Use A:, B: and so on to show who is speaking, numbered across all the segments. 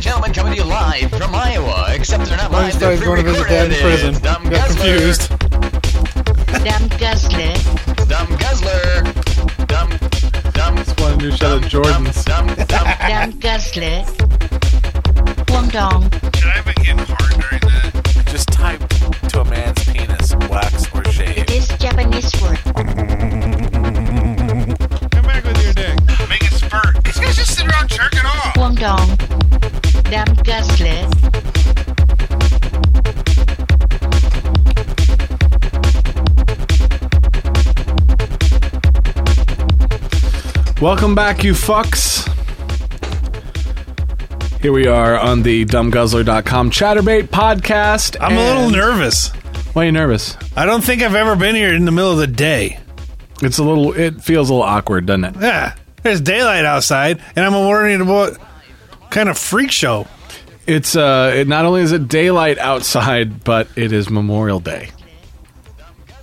A: gentlemen, coming to you live from Iowa. Except they're not
B: Now he
A: live, they're
B: started going to visit
A: pre-recorded.
B: dad in prison.
A: It's Dumb
B: Got
A: Guzzler.
B: confused.
C: Dumb Guzzler.
A: It's Dumb Guzzler. Dumb, dumb,
B: Wanted a new shot of Jordans.
A: dumb, dumb, dumb.
C: Dumb Guzzler. Wong dong.
D: Should I begin hard during that?
E: Just type to a man's penis, wax or shave.
C: It is Japanese word.
D: Come back with your dick. Make it spurt. These guys just sit around jerking off.
C: Wong dong. Dumb Guzzler.
B: Welcome back, you fucks. Here we are on the dumbguzzler.com chatterbait podcast.
D: I'm a little
B: and-
D: nervous.
B: Why are you nervous?
D: I don't think I've ever been here in the middle of the day.
B: It's a little, it feels a little awkward, doesn't it?
D: Yeah, there's daylight outside, and I'm worried about kind of freak show.
B: It's, uh, it, not only is it daylight outside, but it is Memorial Day.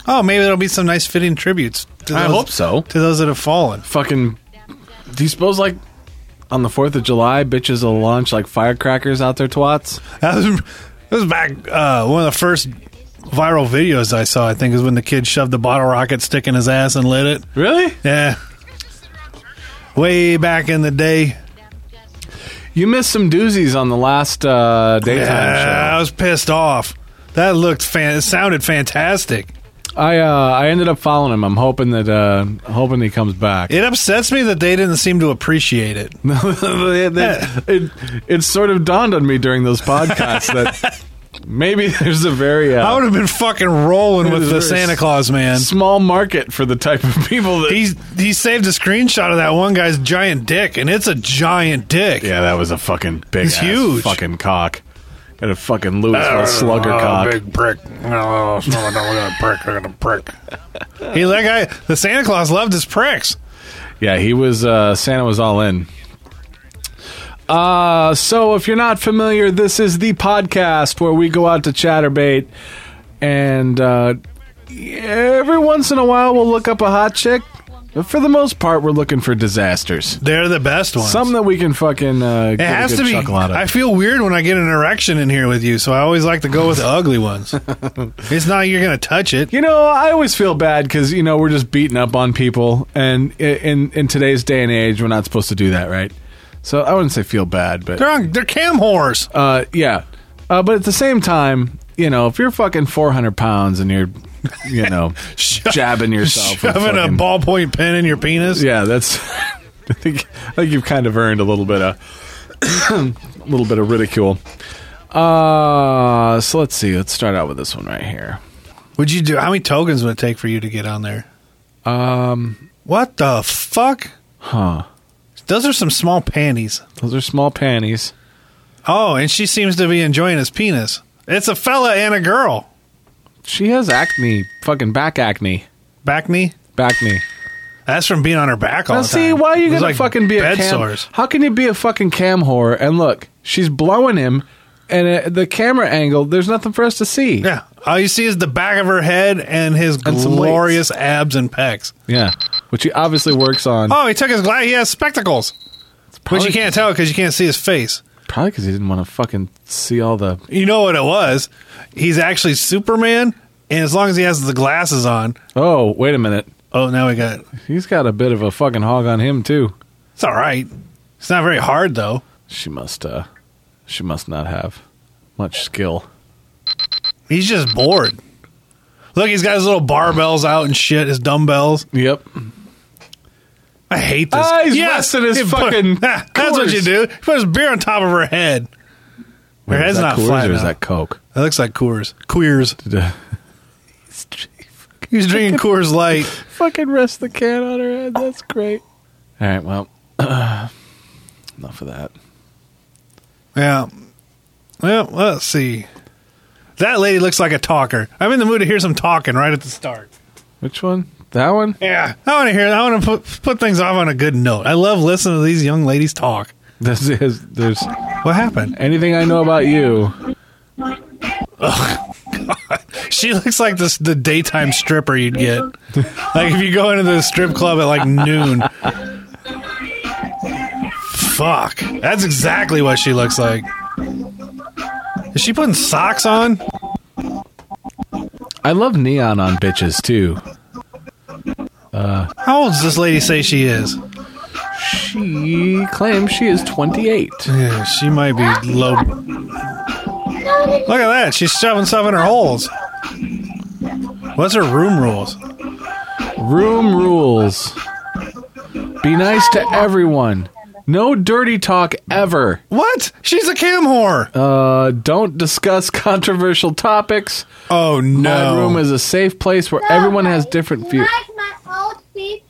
D: Oh, maybe there'll be some nice fitting tributes. To
B: I hope so.
D: To those that have fallen.
B: Fucking, do you suppose, like, on the 4th of July, bitches will launch, like, firecrackers out their twats?
D: That was, that was back uh, one of the first viral videos I saw. I think is when the kid shoved the bottle rocket stick in his ass and lit it.
B: Really?
D: Yeah, way back in the day.
B: You missed some doozies on the last, uh, daytime show.
D: Yeah, I was pissed off. That looked fan. It sounded fantastic.
B: I uh, I ended up following him. I'm hoping that uh, hoping he comes back.
D: It upsets me that they didn't seem to appreciate it.
B: it, it, it, it sort of dawned on me during those podcasts that maybe there's a very
D: I
B: uh,
D: would have been fucking rolling
B: It was
D: with the
B: very
D: Santa
B: s-
D: Claus man.
B: small market for the type of people that.
D: He's he saved a screenshot of that one guy's giant dick, and it's a giant dick.
B: yeah, that was a fucking big,
D: He's
B: ass
D: huge.
B: fucking cock. Got a fucking Louisville slugger
F: Oh,
B: cock.
F: Big prick. No, no, no, no, we got a prick. I got a prick.
D: He that guy, the Santa Claus loved his pricks.
B: Yeah, he was uh, Santa was all in. Uh, so if you're not familiar, this is the podcast where we go out to Chatterbait, and uh, every once in a while we'll look up a hot chick. But for the most part, we're looking for disasters,
D: They're the best ones.
B: some that we can fucking uh,
D: it
B: get a
D: has
B: good
D: to be.
B: chuckle out of.
D: I feel weird when I get an erection in here with you, so I always like to go with the ugly ones. It's not you're gonna touch it.
B: you know, I always feel bad because you know we're just beating up on people, and i- in in today's day and age, we're not supposed to do that, right? So I wouldn't say feel bad, but
D: They're on, they're cam whores.
B: Uh, yeah. Uh, but at the same time, you know, if you're fucking 400 pounds and you're, you know,
D: Sho-
B: jabbing yourself, with
D: shoving a
B: fucking-
D: ballpoint pen in your penis.
B: Yeah, that's. I think I think you've kind of earned a little bit of a little bit of ridicule. Uh, so let's see. Let's start out with this one right here.
D: Would you do? How many tokens would it take for you to get on there? Um, what the fuck?
B: Huh?
D: Those are some small panties.
B: Those are small panties.
D: Oh, and she seems to be enjoying his penis. It's a fella and a girl.
B: She has acne, fucking back acne,
D: Back knee.
B: back knee.
D: That's from being on her back all
B: Now
D: the
B: see,
D: time.
B: why are you
D: It was
B: gonna
D: like
B: fucking be a
D: bed
B: cam?
D: sores.
B: How can you be a fucking cam whore? And look, she's blowing him, and uh, the camera angle. There's nothing for us to see.
D: Yeah, all you see is the back of her head and his
B: And some
D: glorious abs and pecs.
B: Yeah. which he obviously works on.
D: Oh, he took his glass. He has spectacles, but
B: probably,
D: you can't tell because you can't see his face.
B: Probably because he didn't want to fucking see all the.
D: You know what it was? He's actually Superman, and as long as he has the glasses on.
B: Oh, wait a minute.
D: Oh, now we got.
B: He's got a bit of a fucking hog on him too.
D: It's all right. It's not very hard though.
B: She must. uh She must not have much skill.
D: He's just bored. Look, he's got his little barbells out and shit, his dumbbells.
B: Yep.
D: I hate this.
B: Ah, he's resting his
D: he
B: fucking
D: That's what
B: Coors.
D: you do. He put his beer on top of her head. Her
B: Is
D: head's
B: that
D: not
B: Coors
D: flat.
B: Or is
D: enough.
B: that Coke?
D: That looks like Coors. Queers. He was drinking Coors Light.
B: fucking rest the can on her head. That's great. All right, well, enough of that.
D: Yeah. Well, let's see. That lady looks like a talker. I'm in the mood to hear some talking right at the start.
B: Which one? That one?
D: Yeah. I want to hear. I want to put, put things off on a good note. I love listening to these young ladies talk.
B: This is, there's
D: What happened?
B: anything I know about you.
D: She looks like this the daytime stripper you'd get. Like if you go into the strip club at like noon. Fuck. That's exactly what she looks like. Is she putting socks on?
B: I love neon on bitches too.
D: How old does this lady say she is?
B: She claims she is 28.
D: Yeah, she might be low. Look at that. She's shoving stuff in her holes. What's her room rules?
B: Room rules. Be nice to everyone. No dirty talk ever.
D: What? She's a cam whore.
B: Uh, don't discuss controversial topics.
D: oh,
B: My
D: no.
B: room is a safe place where everyone has different views.
G: Like my old feet.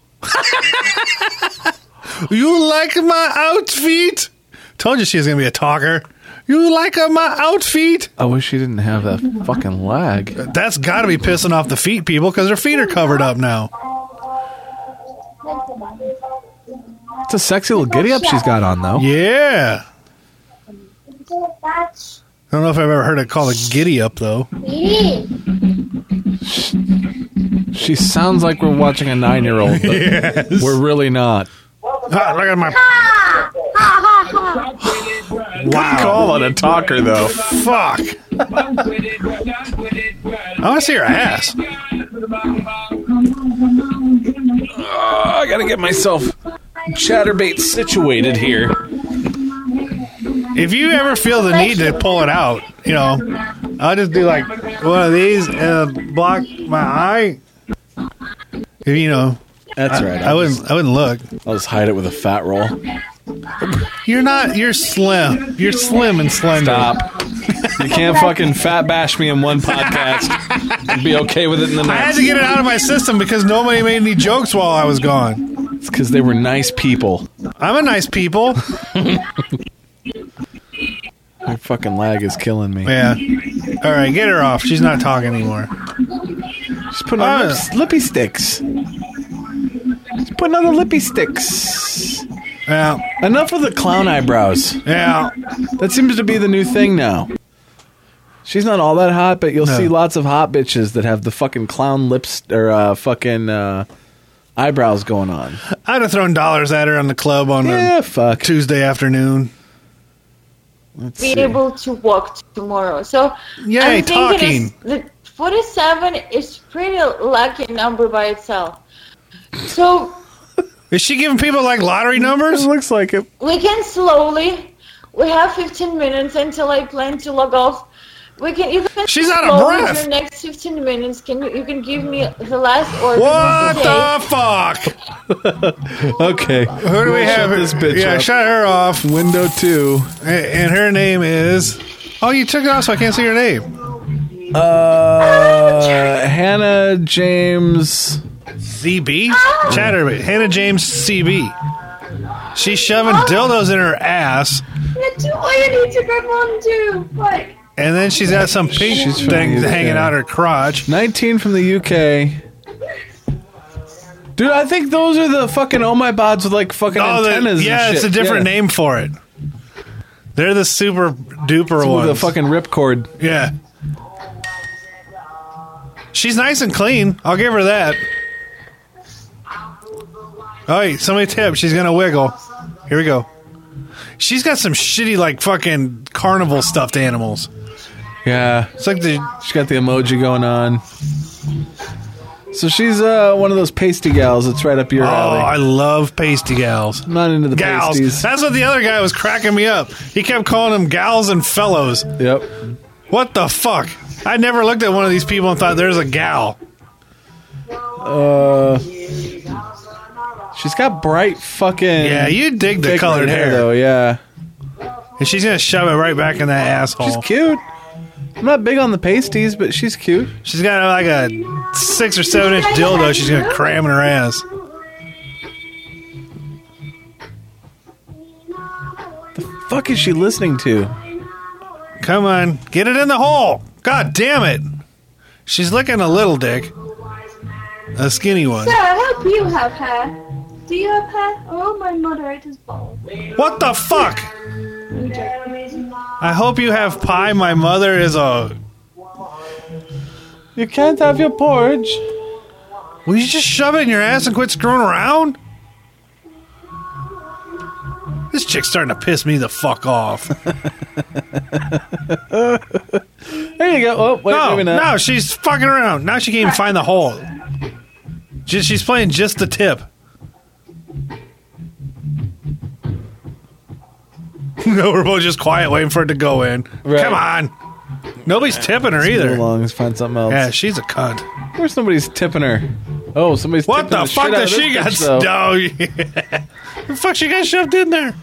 D: you like my outfit? Told you she was going to be a talker. You like uh, my outfit?
B: I wish she didn't have that fucking lag.
D: That's got to be pissing off the feet people because their feet are covered up now.
B: It's a sexy little giddy up she's got on though.
D: Yeah.
G: That's
D: I don't know if I've ever heard it called a giddy up, though.
G: feet.
B: She sounds like we're watching a nine-year-old. But We're really not.
D: Ah, look at my.
G: Ha! Ha ha ha!
D: Wow.
B: Call it a talker though.
D: Fuck. I want to see her ass.
B: Oh, I gotta get myself chatterbait situated here.
D: If you ever feel the need to pull it out, you know, I'll just do like one of these and uh, block my eye. If, you know,
B: That's right.
D: I wouldn't. I wouldn't look.
B: I'll just hide it with a fat roll.
D: You're not. You're slim. You're slim and slender.
B: Stop. You can't fucking fat bash me in one podcast and be okay with it in the
D: I had
B: next.
D: to get it out of my system because nobody made any jokes while I was gone.
B: Because they were nice people.
D: I'm a nice people.
B: My fucking lag is killing me.
D: Yeah. All right, get her off. She's not talking anymore.
B: She's putting on
D: Ah.
B: lips, lippy sticks. She's putting on the lippy sticks.
D: Yeah.
B: Enough of the clown eyebrows.
D: Yeah.
B: That seems to be the new thing now. She's not all that hot, but you'll
D: No.
B: see lots of hot bitches that have the fucking clown lips or uh, fucking uh, eyebrows going on.
D: I'd have thrown dollars at her on the club on
B: Yeah,
D: a
B: fuck.
D: Tuesday afternoon.
B: Let's
H: be
B: see.
H: able to walk tomorrow. So
D: Yay,
H: I'm thinking
D: talking.
H: it's- the 47 is pretty lucky number by itself. So
D: Is she giving people like lottery numbers?
B: looks like it.
H: we can slowly. We have 15 minutes until I plan to log off. We can you can
D: She's out of
H: slowly
D: breath.
H: Your next 15 minutes. Can you, you can give me the last order?
D: What
H: of the day.
D: the fuck?
B: Okay.
D: Who do we have?
B: this bitch
D: yeah,
B: up.
D: shut her off.
B: Window two.
D: A- And her name is. Oh, you took it off, so I can't see her name.
B: Uh, Hannah James.
D: ZB Chatterbait. Hannah James CB. She's shoving dildos in her ass,
G: That's all you need to grab onto. Like,
D: and then she's got some pink
B: She's from
D: thing
B: the UK.
D: hanging out her crotch.
B: 19 from the UK. Dude, I think those are the fucking oh my bods with like fucking
D: Oh, the-
B: antennas. and
D: yeah, it's a
B: shit.
D: different
B: Yeah.
D: name for it. They're the super duper
B: With
D: ones.
B: a fucking ripcord.
D: Yeah. She's nice and clean. I'll give her that. All right, somebody tip. She's gonna wiggle. Here we go. She's got some shitty like fucking carnival stuffed animals.
B: Yeah.
D: It's like the
B: She's got the emoji going on. So she's uh, one of those pasty gals that's right up your
D: oh,
B: alley.
D: I love pasty gals.
B: I'm not into the
D: Gals.
B: pasties.
D: That's what the other guy was cracking me up. He kept calling them gals and fellows.
B: Yep.
D: What the fuck? I never looked at one of these people and thought there's a gal.
B: Uh, She's got bright fucking.
D: Yeah, you dig the
B: thick
D: colored
B: red
D: hair.
B: though. Yeah.
D: And she's gonna shove it right back in that asshole.
B: She's cute. I'm not big on the pasties, but she's cute.
D: She's got uh, like a six or seven inch dildo she's gonna cram in her ass.
B: Fuck is she listening to?
D: Come on, get it in the hole. God damn it. She's licking a little dick. A skinny one.
G: Sarah, I hope you have hair. Do you have hair? Or
H: Oh,
G: all my moderators bald?
D: What the fuck? I hope you have pie. My mother is a.
B: You can't have your porridge.
D: Will you just shove it in your ass and quit screwing around? This chick's starting to piss me the fuck off.
B: There you go. Oh, wait,
D: no,
B: maybe not.
D: no, she's fucking around. Now she can't even find the hole. Just, she's playing just the tip. no, we're both just quiet, waiting for it to go in.
B: Right.
D: Come on, nobody's tipping her
B: Move
D: either.
B: along. Let's find something else.
D: Yeah, she's a cunt.
B: Of course, nobody's tipping her. Oh, somebody's.
D: What
B: tipping
D: the,
B: shit
D: fuck
B: out
D: does
B: of this
D: she got?
B: bitch, though.
D: St- oh, yeah. the fuck she got shoved in there?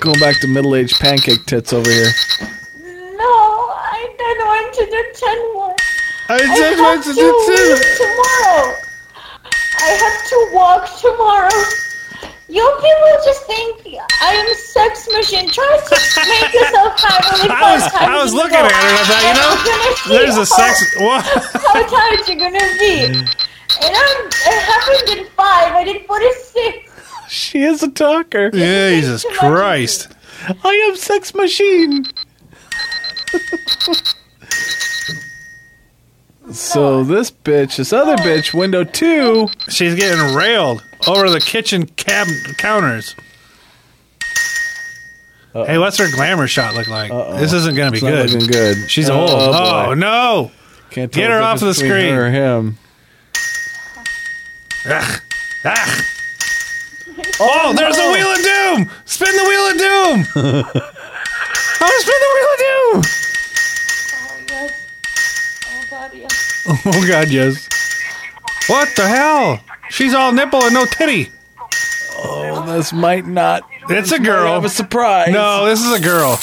B: Going back to middle-aged pancake tits over here.
H: No, I don't want to do 10 more.
D: I
H: I
D: just
H: have
D: want
H: to
D: to do
H: leave tomorrow. I have to walk tomorrow. You people just think I am a sex machine. Try to make yourself finally
D: I was, I was looking at her and I thought, you know, there's a sex. What?
H: How tired you gonna be? And I'm, it happened in five. I did 46.
B: She is a talker.
D: Jesus Christ.
B: I am sex machine. so this bitch, this other bitch, window two.
D: She's getting railed over the kitchen cab- counters. Hey, what's her glamour shot look like? This isn't going to
B: It's
D: be
B: not
D: good.
B: looking good.
D: She's
B: Oh,
D: old.
B: boy.
D: Oh, no.
B: Can't
D: Get
B: tell
D: her
B: the
D: off
B: difference
D: the
B: between
D: screen.
B: her or him.
D: Ugh. Ah. Oh, there's a wheel of doom. Spin the wheel of doom. oh, spin the wheel of doom.
H: Oh, yes. Oh, God, yes.
D: Oh God, yes. What the hell? She's all nipple and no titty.
B: Oh, this might not.
D: It's a
B: I
D: girl.
B: have a surprise.
D: No, this is a girl.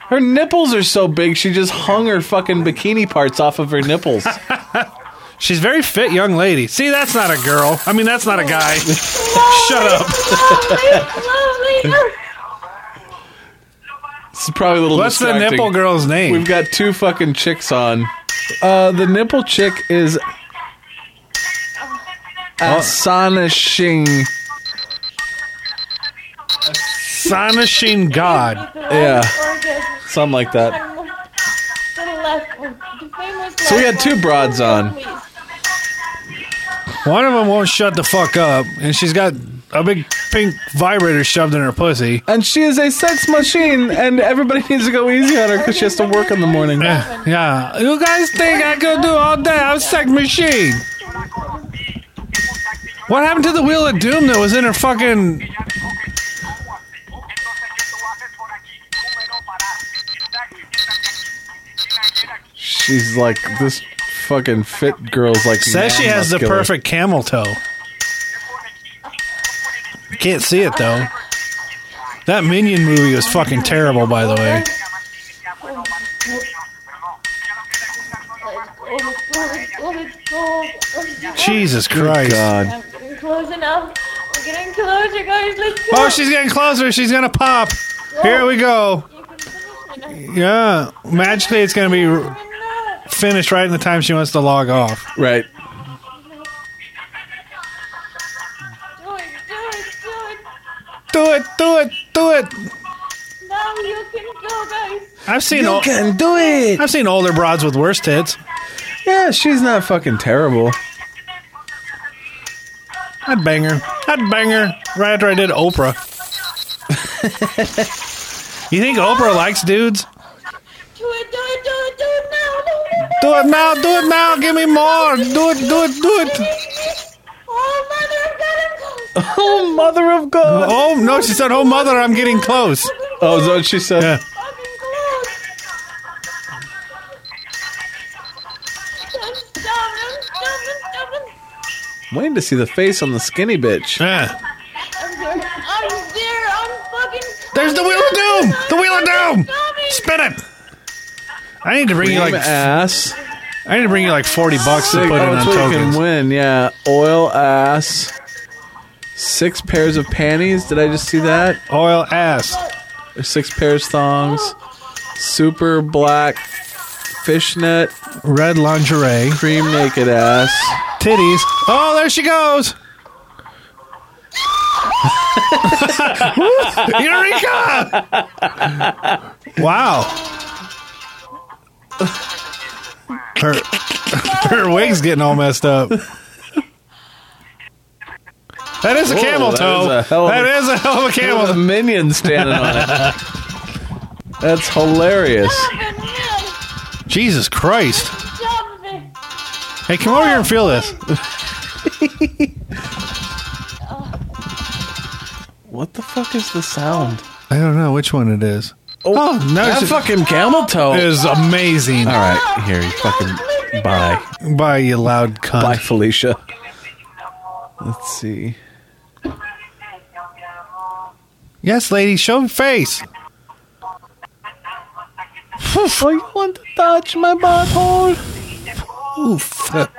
B: Her nipples are so big, she just hung her fucking bikini parts off of her nipples.
D: She's a very fit young lady. See, that's not a girl. I mean, that's not a guy. Shut up.
B: It's probably a little
D: What's the
B: distracting.
D: nipple girl's name?
B: We've got two fucking chicks on. Uh, the nipple chick is astonishing.
D: Astonishing God.
B: Yeah, something like that.
H: So
B: we had two broads on.
D: One of them won't shut the fuck up, and she's got a big pink vibrator shoved in her pussy.
B: And she is a sex machine, and everybody needs to go easy on her because she has to work in the morning.
D: Eh, Yeah. You guys think I could do all day? I'm a sex machine. What happened to the wheel of doom that was in her fucking?
B: She's like this fucking fit girl's like.
D: Says she
B: man
D: has the
B: muscular.
D: perfect camel toe. Can't see it though. That Minion movie was fucking terrible, by the way. Jesus Christ.
B: God.
H: Close enough. We're getting close, you guys. Let's go.
D: Oh, she's getting closer. She's gonna pop. Here we go.
H: You can finish it.
D: Oh, Yeah, magically it's gonna be r-
H: No.
D: finished right in the time she wants to log off.
B: Right.
H: Do it, do it, do it.
D: Do it, do it, do it.
H: Now you can go, guys.
D: I've seen ol-
B: can do it.
D: I've seen older broads with worse tits.
B: Yeah, she's not fucking terrible.
D: I'd bang her. I'd bang her right after I did Oprah. you think Oprah likes dudes?
H: Do it, do it, do it, do it now. No, no, no.
D: Do it now, do it now, give me more. Do it, do it, do it.
H: Oh, mother of God, I'm close.
B: Oh, mother of God.
D: Oh no, she said, "Oh mother, I'm getting close."
B: Oh, is that what she said?
D: Yeah.
H: Fucking close. Don't stop, don't stop, don't stop, don't stop.
B: Waiting to see the face on the skinny bitch.
D: Yeah.
H: I'm there. I'm there. I'm fucking.
D: There's the wheel of doom. The wheel of doom. Spin it. I need to bring you like
B: ass.
D: I need to bring you like forty bucks to put in
B: oh,
D: on
B: that's where you can
D: tokens.
B: win. Yeah, oil ass. Six pairs of panties. Did I just see that?
D: Oil ass.
B: Or six pairs thongs. Super black fishnet
D: Red lingerie.
B: cream naked ass.
D: Titties. Oh, there she goes. Eureka! Wow. Her, her wig's getting all messed up. That is a camel
B: that
D: toe.
B: is a hell of a-
D: that is a hell of a camel
B: a
D: toe.
B: minion standing on it. That's hilarious.
D: Jesus Christ.
H: Jump me.
D: Hey, come over here and feel this.
B: What the fuck is the sound?
D: I don't know which one it is.
B: Oh,
D: no,
B: that
D: it's-
B: fucking camel toe.
D: It is amazing.
B: All right, here you fucking bye.
D: Bye, you loud cunt.
B: Bye, Felicia. Let's see.
D: Yes, lady, show your face.
B: Oh, you want to touch my butthole?
D: Oof.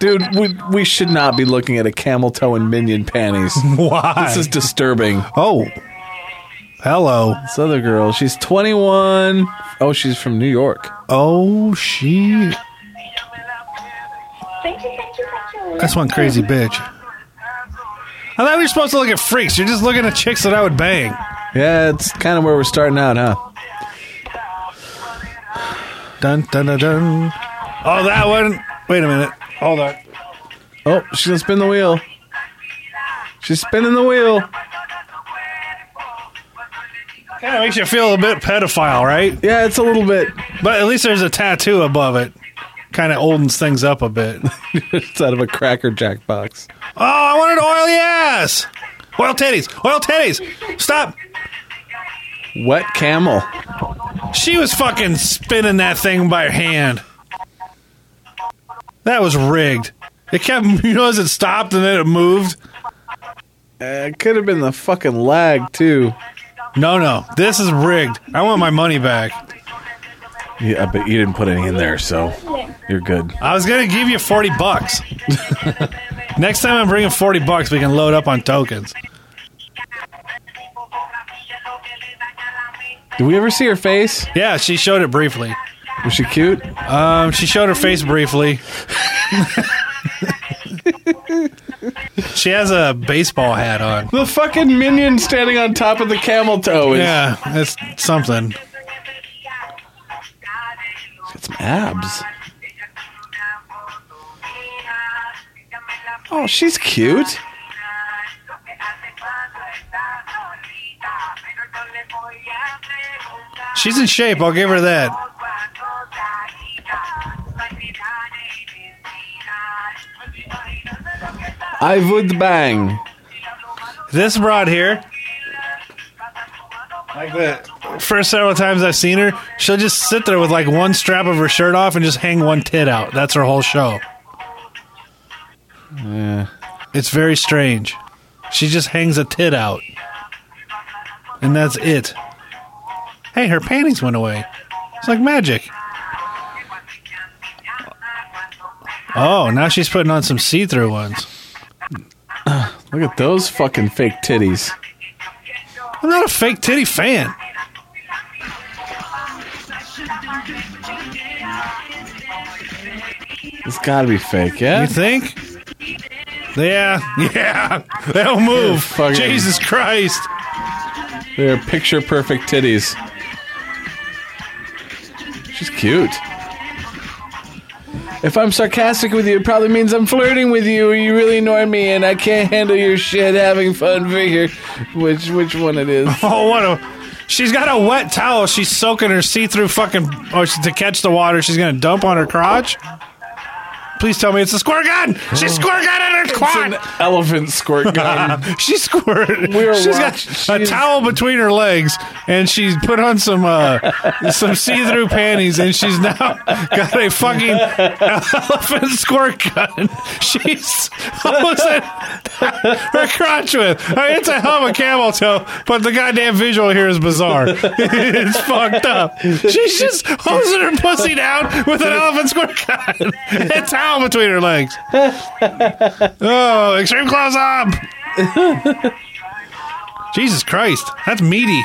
B: Dude, we, we should not be looking at a camel toe in minion panties.
D: Why?
B: This is disturbing.
D: oh. Hello.
B: This other girl, she's 21. Oh, she's from New York.
D: Oh, she.
H: Thank you, thank you, thank you.
D: That's one crazy bitch. I thought we were supposed to look at freaks. You're just looking at chicks that I would bang.
B: Yeah, it's kind of where we're starting out, huh?
D: Dun dun dun dun. Oh, that one. Wait a minute. Hold on.
B: Oh, she's gonna spin the wheel. She's spinning the wheel.
D: Kind of makes you feel a bit pedophile, right?
B: Yeah, it's a little bit.
D: But at least there's a tattoo above it. Kind of oldens things up a bit. oh,
B: It's out of a Cracker Jack box.
D: I wanted oily ass. Oil titties. Oil titties. Stop.
B: Wet camel.
D: She was fucking spinning that thing by hand. That was rigged. It kept, you know, as it stopped and then it moved.
B: Uh, it could have been the fucking lag too.
D: No, no, this is rigged. I want my money back.
B: Yeah, but you didn't put any in there, so you're good.
D: I was gonna give you forty bucks. Next time I'm bringing forty bucks, we can load up on tokens.
B: Did we ever see her face?
D: Yeah, she showed it briefly.
B: Was she cute?
D: Um, she showed her face briefly. she has a baseball hat on.
B: The fucking minion standing on top of the camel toe is
D: Yeah, that's something.
B: got some abs. Oh, she's cute.
D: She's in shape. I'll give her that.
B: I would bang.
D: This broad here, like the first several times I've seen her, she'll just sit there with like one strap of her shirt off and just hang one tit out. That's her whole show. It's very strange. She just hangs a tit out. And that's it. Hey, her panties went away. It's like magic. Oh, now she's putting on some see through ones.
B: Look at those fucking fake titties.
D: I'm not a fake titty fan.
B: It's gotta be fake, yeah?
D: You think? Yeah, yeah. They don't move.
B: fucking-
D: Jesus Christ.
B: They're picture perfect titties. She's cute. If I'm sarcastic with you, it probably means I'm flirting with you, or you really annoy me, and I can't handle your shit having fun figure. Which which one it is?
D: Oh, what a. She's got a wet towel. She's soaking her see through fucking. Or to catch the water, she's going to dump on her crotch. Please tell me it's a squirt gun. She squirt gun in her
B: It's an
D: quad.
B: elephant squirt gun.
D: She squirted.
B: We are
D: She's got
B: watch-
D: a
B: she's-
D: towel between her legs, and she's put on some uh, some see-through panties, and she's now got a fucking elephant squirt gun. She's almost at her crotch with. I mean, it's a hell of a camel toe, but the goddamn visual here is bizarre. it's fucked up. She's just hosing her pussy down with an elephant squirt gun, and a towel between her legs. Oh, extreme close up. Jesus Christ, that's meaty.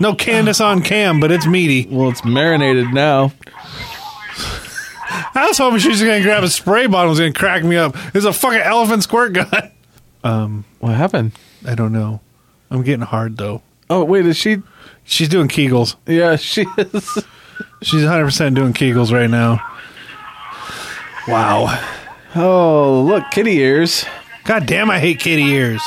D: No Candace on cam, but it's meaty.
B: well, it's marinated now.
D: I was hoping she was gonna grab a spray bottle and was gonna crack me up. It's a fucking elephant squirt gun.
B: What happened?
D: I don't know. I'm getting hard though.
B: Oh wait, is she
D: She's doing Kegels.
B: Yeah, she is.
D: She's 100% doing Kegels right now. Wow.
B: Oh, look, kitty ears.
D: God damn, I hate kitty ears.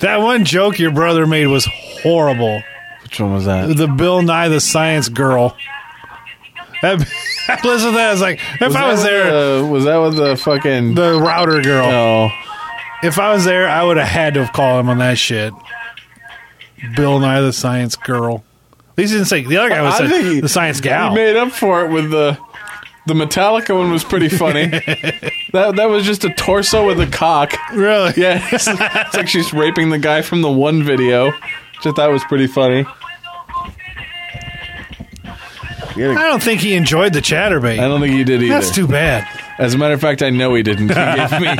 D: That one joke your brother made was horrible.
B: Which one was that?
D: The Bill Nye the Science Girl. That, I listened to that. I was like, if I was
B: that uh,
D: there,
B: with the- was that with the fucking?
D: the router girl.
B: no.
D: If I was there, I would have had to have called him on that shit. Bill Nye the Science Girl. At least he didn't say the other guy was
B: I
D: said
B: think he-
D: the Science Gal.
B: He made up for it with the the Metallica one was pretty funny. that that was just a torso with a cock.
D: really?
B: Yeah, it's, it's like she's raping the guy from the one video, which I thought was pretty funny.
D: I don't think he enjoyed the chatterbait.
B: I don't think he did either.
D: That's too bad.
B: As a matter of fact, I know he didn't. He gave me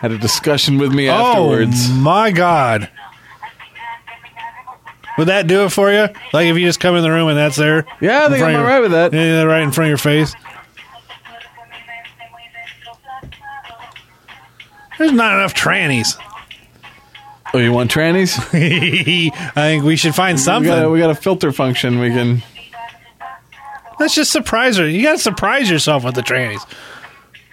B: had a discussion with me afterwards.
D: Oh my god. Would that do it for you? Like if you just come in the room and that's there?
B: Yeah, I
D: In
B: think
D: front
B: I'm all
D: of your-
B: right with that.
D: Yeah, right in front of your face. There's not enough trannies.
B: Oh, you want trannies?
D: I think we should find
B: We
D: something.
B: got, a, we got a filter function. We can.
D: Let's just surprise her. You gotta surprise yourself with the trannies.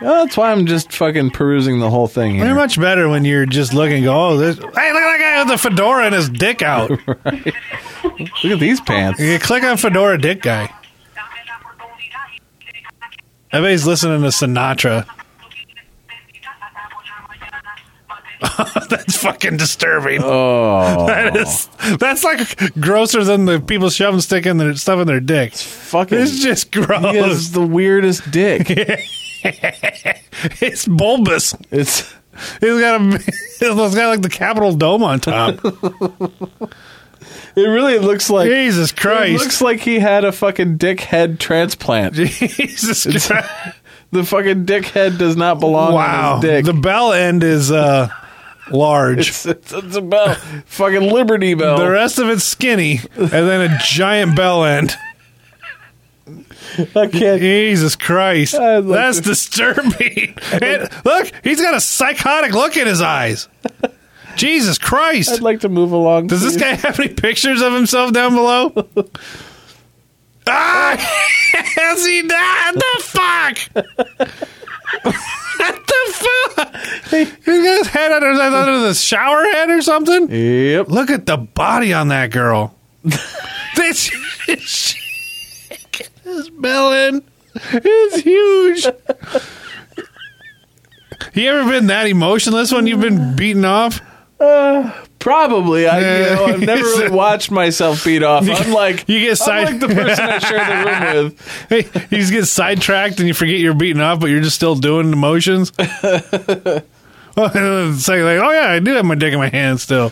B: Oh, that's why I'm just fucking perusing the whole thing
D: They're
B: here.
D: much better when you're just looking. and Go, oh, this, hey, look at that guy with the fedora and his dick out.
B: Look at these pants.
D: You click on fedora dick guy. I bet he's listening to Sinatra. that's fucking disturbing.
B: Oh,
D: That is, that's like grosser than the people shoving stick in their stuff in their dick.
B: fucking.
D: It's just
B: He has
D: gross.
B: the weirdest dick.
D: It's bulbous.
B: It's
D: He's got a he's got like the Capitol Dome on top.
B: it really looks like it
D: Jesus Christ.
B: looks like he had a fucking dick head transplant.
D: Jesus Christ.
B: The fucking dick head does not belong
D: Wow.
B: on his dick.
D: The bell end is uh large.
B: it's, it's, it's a bell, fucking Liberty Bell.
D: the rest of it's skinny and then a giant bell end.
B: I can't.
D: Jesus Christ.
B: I'd like
D: That's
B: to-
D: disturbing. And look, he's got a psychotic look in his eyes. Jesus Christ.
B: I'd like to move along.
D: Does this
B: please.
D: guy have any pictures of himself down below? ah, has he not? What the fuck? what the fuck? He's got his head under, under the shower head or something?
B: Yep.
D: Look at the body on that girl. this his melon is huge. You ever been that emotionless when you've been beaten off?
B: Probably. I, you know, I've never really watched myself beat off. I'm like,
D: You get
B: I'm
D: side.
B: like the person I share the room with.
D: Hey, you just get sidetracked and you forget you're beaten off, but you're just still doing the motions. Oh, and it's like, like, oh yeah, I do have my dick in my hand still.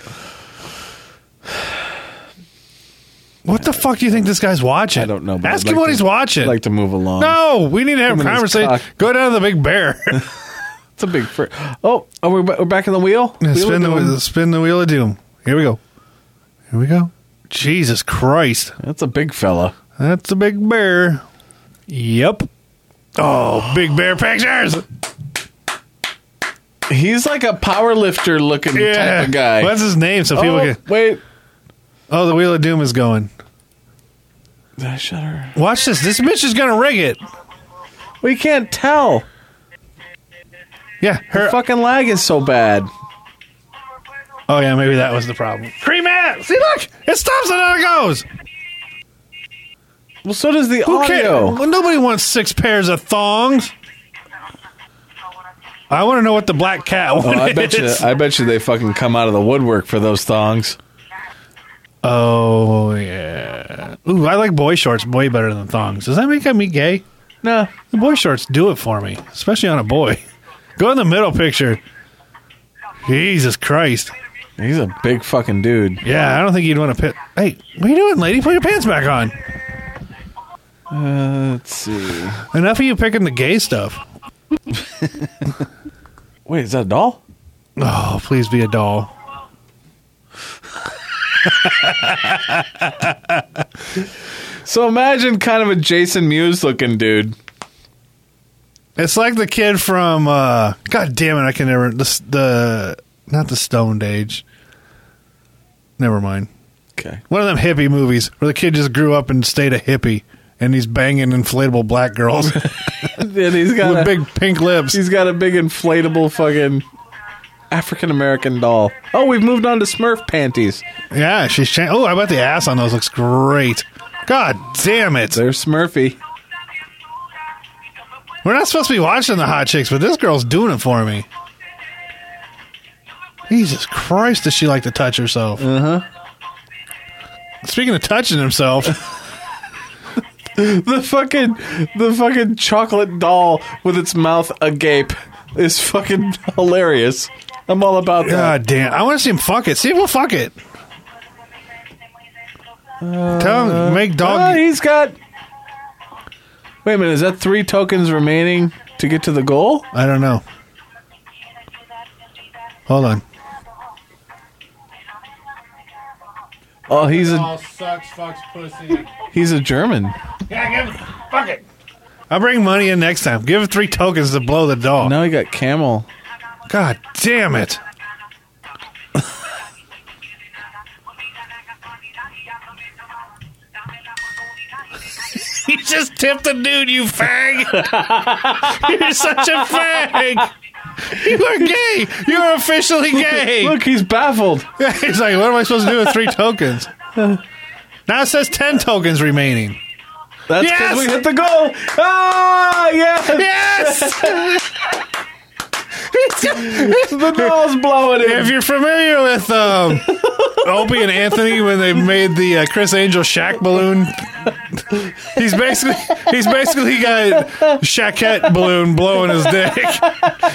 D: What the fuck do you think this guy's watching?
B: I don't know, but
D: Ask
B: I'd
D: him
B: like
D: what
B: to-
D: he's watching.
B: I'd like to move along.
D: no, we need to have a
B: Him and his
D: conversation.
B: cock.
D: Go down to the big bear.
B: It's a big. Fr- oh, are we ba- we're back in the wheel? Wheel
D: spin
B: of
D: the
B: doom.
D: spin the wheel of doom. Here we go. Here we go. Jesus Christ,
B: That's a big fella.
D: that's a big bear. Yep. Oh, big bear pictures.
B: He's like a power lifter looking type of guy.
D: What's his name? So people
B: Oh,
D: can.
B: wait.
D: Oh, the Wheel of Doom is going.
B: Did I shut her?
D: Watch this. This bitch is gonna rig it.
B: We can't tell.
D: Yeah,
B: Her
D: her.
B: fucking lag is so bad.
D: Oh yeah, maybe that was the problem. Cream it. See, look, it stops and then it goes.
B: Well, so does the
D: Who cares?
B: audio.
D: Well, nobody wants six pairs of thongs. I want to know what the black cat one
B: Oh, I bet you.
D: is.
B: I bet you they fucking come out of the woodwork for those thongs.
D: oh yeah. Ooh, I like boy shorts way better than thongs. Does that make me gay?
B: No,
D: The boy shorts do it for me, especially on a boy. Go in the middle picture. Jesus Christ.
B: he's a big fucking dude.
D: Yeah, I don't think you'd want to pit. Hey, what are you doing, lady? Put your pants back on.
B: Let's see.
D: Enough of you picking the gay stuff.
B: Wait, is that a doll?
D: Oh, please be a doll.
B: So imagine kind of a Jason Mewes looking dude.
D: It's like the kid from uh God damn it, I can never the, the not the Stoned Age. Never mind.
B: Okay.
D: One of them hippie movies where the kid just grew up and stayed a hippie and he's banging inflatable black girls with
B: Then he's got a,
D: big pink lips.
B: he's got a big inflatable fucking African American doll. Oh, we've moved on to Smurf panties.
D: Yeah, she's cha- Oh, I bet the ass on those looks great. God damn it.
B: They're Smurfy.
D: We're not supposed to be watching the hot chicks, but this girl's doing it for me. Jesus Christ, does she like to touch herself? Uh
B: Uh-huh.
D: huh. Speaking of touching himself,
B: The fucking the fucking chocolate doll with its mouth agape is fucking hilarious. I'm all about that.
D: God damn! I want to see him fuck it. See if we'll fuck it. Tell him make
B: Ah,
D: dog.
B: he's got. Wait a minute, is that three tokens remaining to get to the goal?
D: I don't know. Hold on.
B: Oh, he's a
F: All sucks, fucks, pussy.
B: he's a German.
F: Yeah, give it. Fuck it.
D: I'll bring money in next time. Give him three tokens to blow the dog.
B: Now he got camel.
D: God damn it! you just tipped the dude, you fag! You're such a fag! You are gay! You are officially gay!
B: Look, he's baffled.
D: He's like, what am I supposed to do with three tokens? Now it says ten tokens remaining.
B: That's
D: Yes!
B: because we hit the goal. Ah, yes,
D: Yes!
B: the doll's blowing
D: if
B: in.
D: you're familiar with um, Opie and Anthony when they made the uh, Chris Angel Shaq balloon, he's basically he's basically got Shaquette balloon blowing his dick.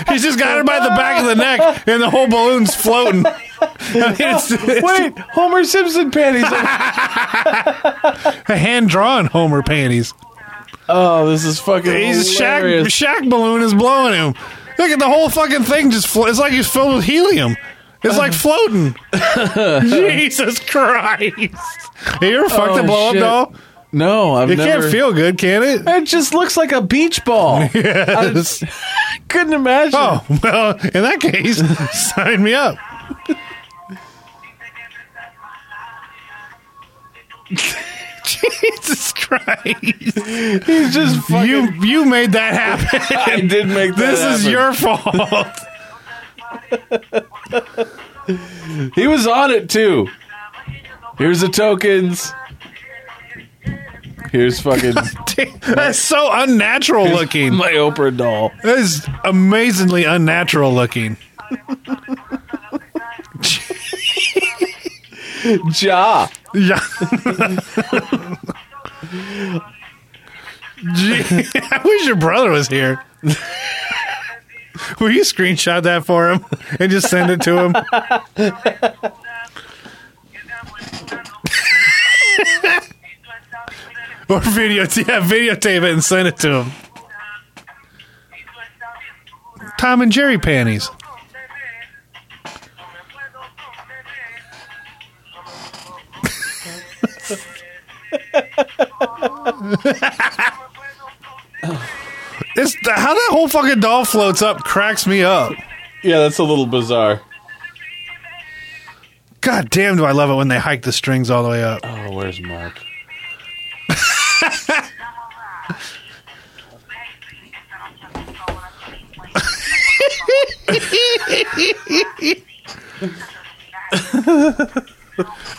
D: He's just got it by the back of the neck, and the whole balloon's floating. I mean, it's, it's
B: Wait, Homer Simpson panties.
D: a hand drawn Homer panties.
B: oh, this is fucking.
D: He's Shaq,
B: hilarious.
D: Shaq balloon is blowing him. Look at the whole fucking thing just flo- it's like he's filled with helium. It's like floating. Jesus Christ. Hey, you ever fucked
B: Oh,
D: a blow
B: shit.
D: up doll?
B: No, I've
D: It
B: never.
D: can't feel good, can it?
B: It just looks like a beach ball.
D: Yes.
B: Couldn't imagine.
D: Oh, well, in that case, sign me up. Jesus Christ.
B: He's just fucking.
D: You you made that happen.
B: I did make that
D: This is
B: happen.
D: your fault.
B: He was on it too. Here's the tokens. Here's fucking
D: That's so unnatural looking.
B: my Oprah doll.
D: That is amazingly unnatural looking.
B: Ja.
D: Yeah. Gee, I wish your brother was here. Will you screenshot that for him and just send it to him? or video, yeah, videotape it and send it to him. Tom and Jerry panties. It's how that whole fucking doll floats up cracks me up.
B: Yeah, that's a little bizarre.
D: God damn, do I love it when they hike the strings all the way up.
B: Oh, where's Mark?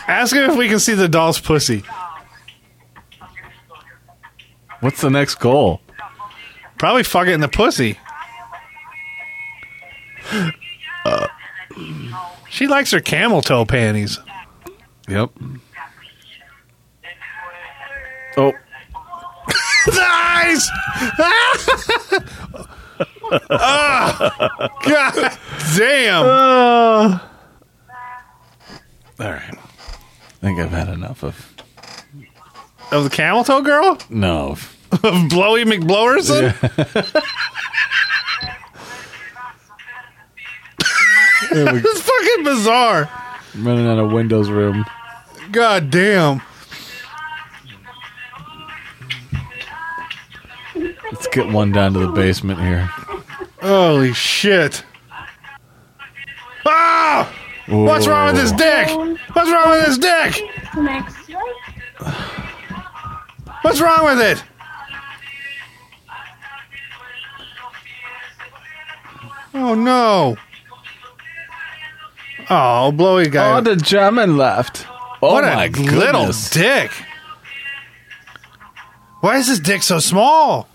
D: Ask him if we can see the doll's pussy.
B: What's the next goal?
D: Probably fuck it in the pussy. Uh, she likes her camel toe panties.
B: Yep. Oh,
D: the eyes. Ah! God damn.
B: all right. I think I've had enough of
D: of the camel toe girl?
B: no.
D: Of Blowy McBlowerson?
B: There we go.
D: It's fucking bizarre.
B: I'm running out of Windows room.
D: God damn.
B: Let's get one down to the basement here.
D: Holy shit. Ah! What's wrong with this dick? What's wrong with this dick?
G: Next year?
D: What's wrong with it? Oh no. Oh, blowy guy.
B: Oh, the German left. Oh
D: what
B: my
D: a little
B: goodness.
D: dick. Why is this dick so small?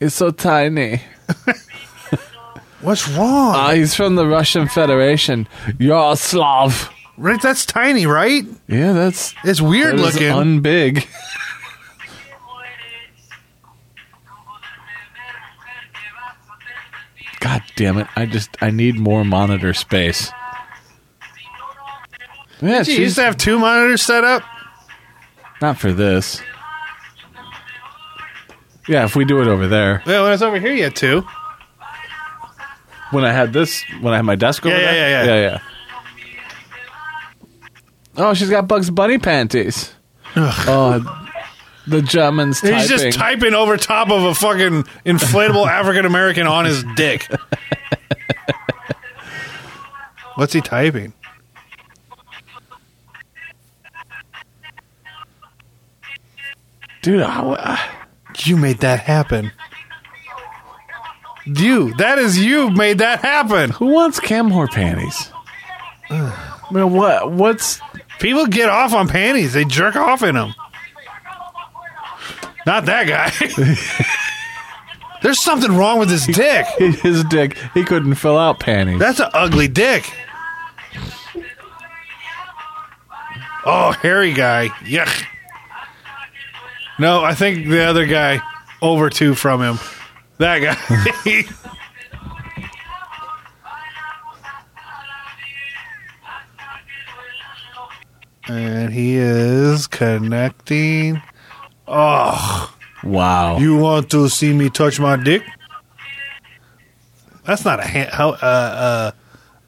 B: It's so tiny.
D: What's wrong?
B: Ah, he's from the Russian Federation. You're a Slav.
D: right, that's tiny, right?
B: Yeah, that's
D: It's weird
B: that is
D: looking.
B: unbig. God damn it! I just I need more monitor space. Yeah,
D: Gee, you used
B: she's
D: to have two monitors set up.
B: not for this. Yeah, if we do it over there.
D: Yeah, when I was over here, you had two.
B: When I had this, when I had my desk over
D: Yeah, yeah,
B: there.
D: yeah, yeah.
B: yeah, yeah. Oh, she's got Bugs Bunny panties. Oh, the Germans typing.
D: He's just typing over top of a fucking inflatable African American on his dick. What's he typing?
B: Dude, how,
D: uh, You made that happen. You. That is you made that happen.
B: Who wants camhor panties? I mean, what? What's?
D: People get off on panties. They jerk off in them. Not that guy. There's something wrong with his dick.
B: His dick, he couldn't fill out panties.
D: That's an ugly dick. Oh, hairy guy. Yuck. No, I think the other guy over two from him. That guy. and he is connecting.
B: wow.
D: You want to see me touch my dick? That's not a ha- how, uh, uh,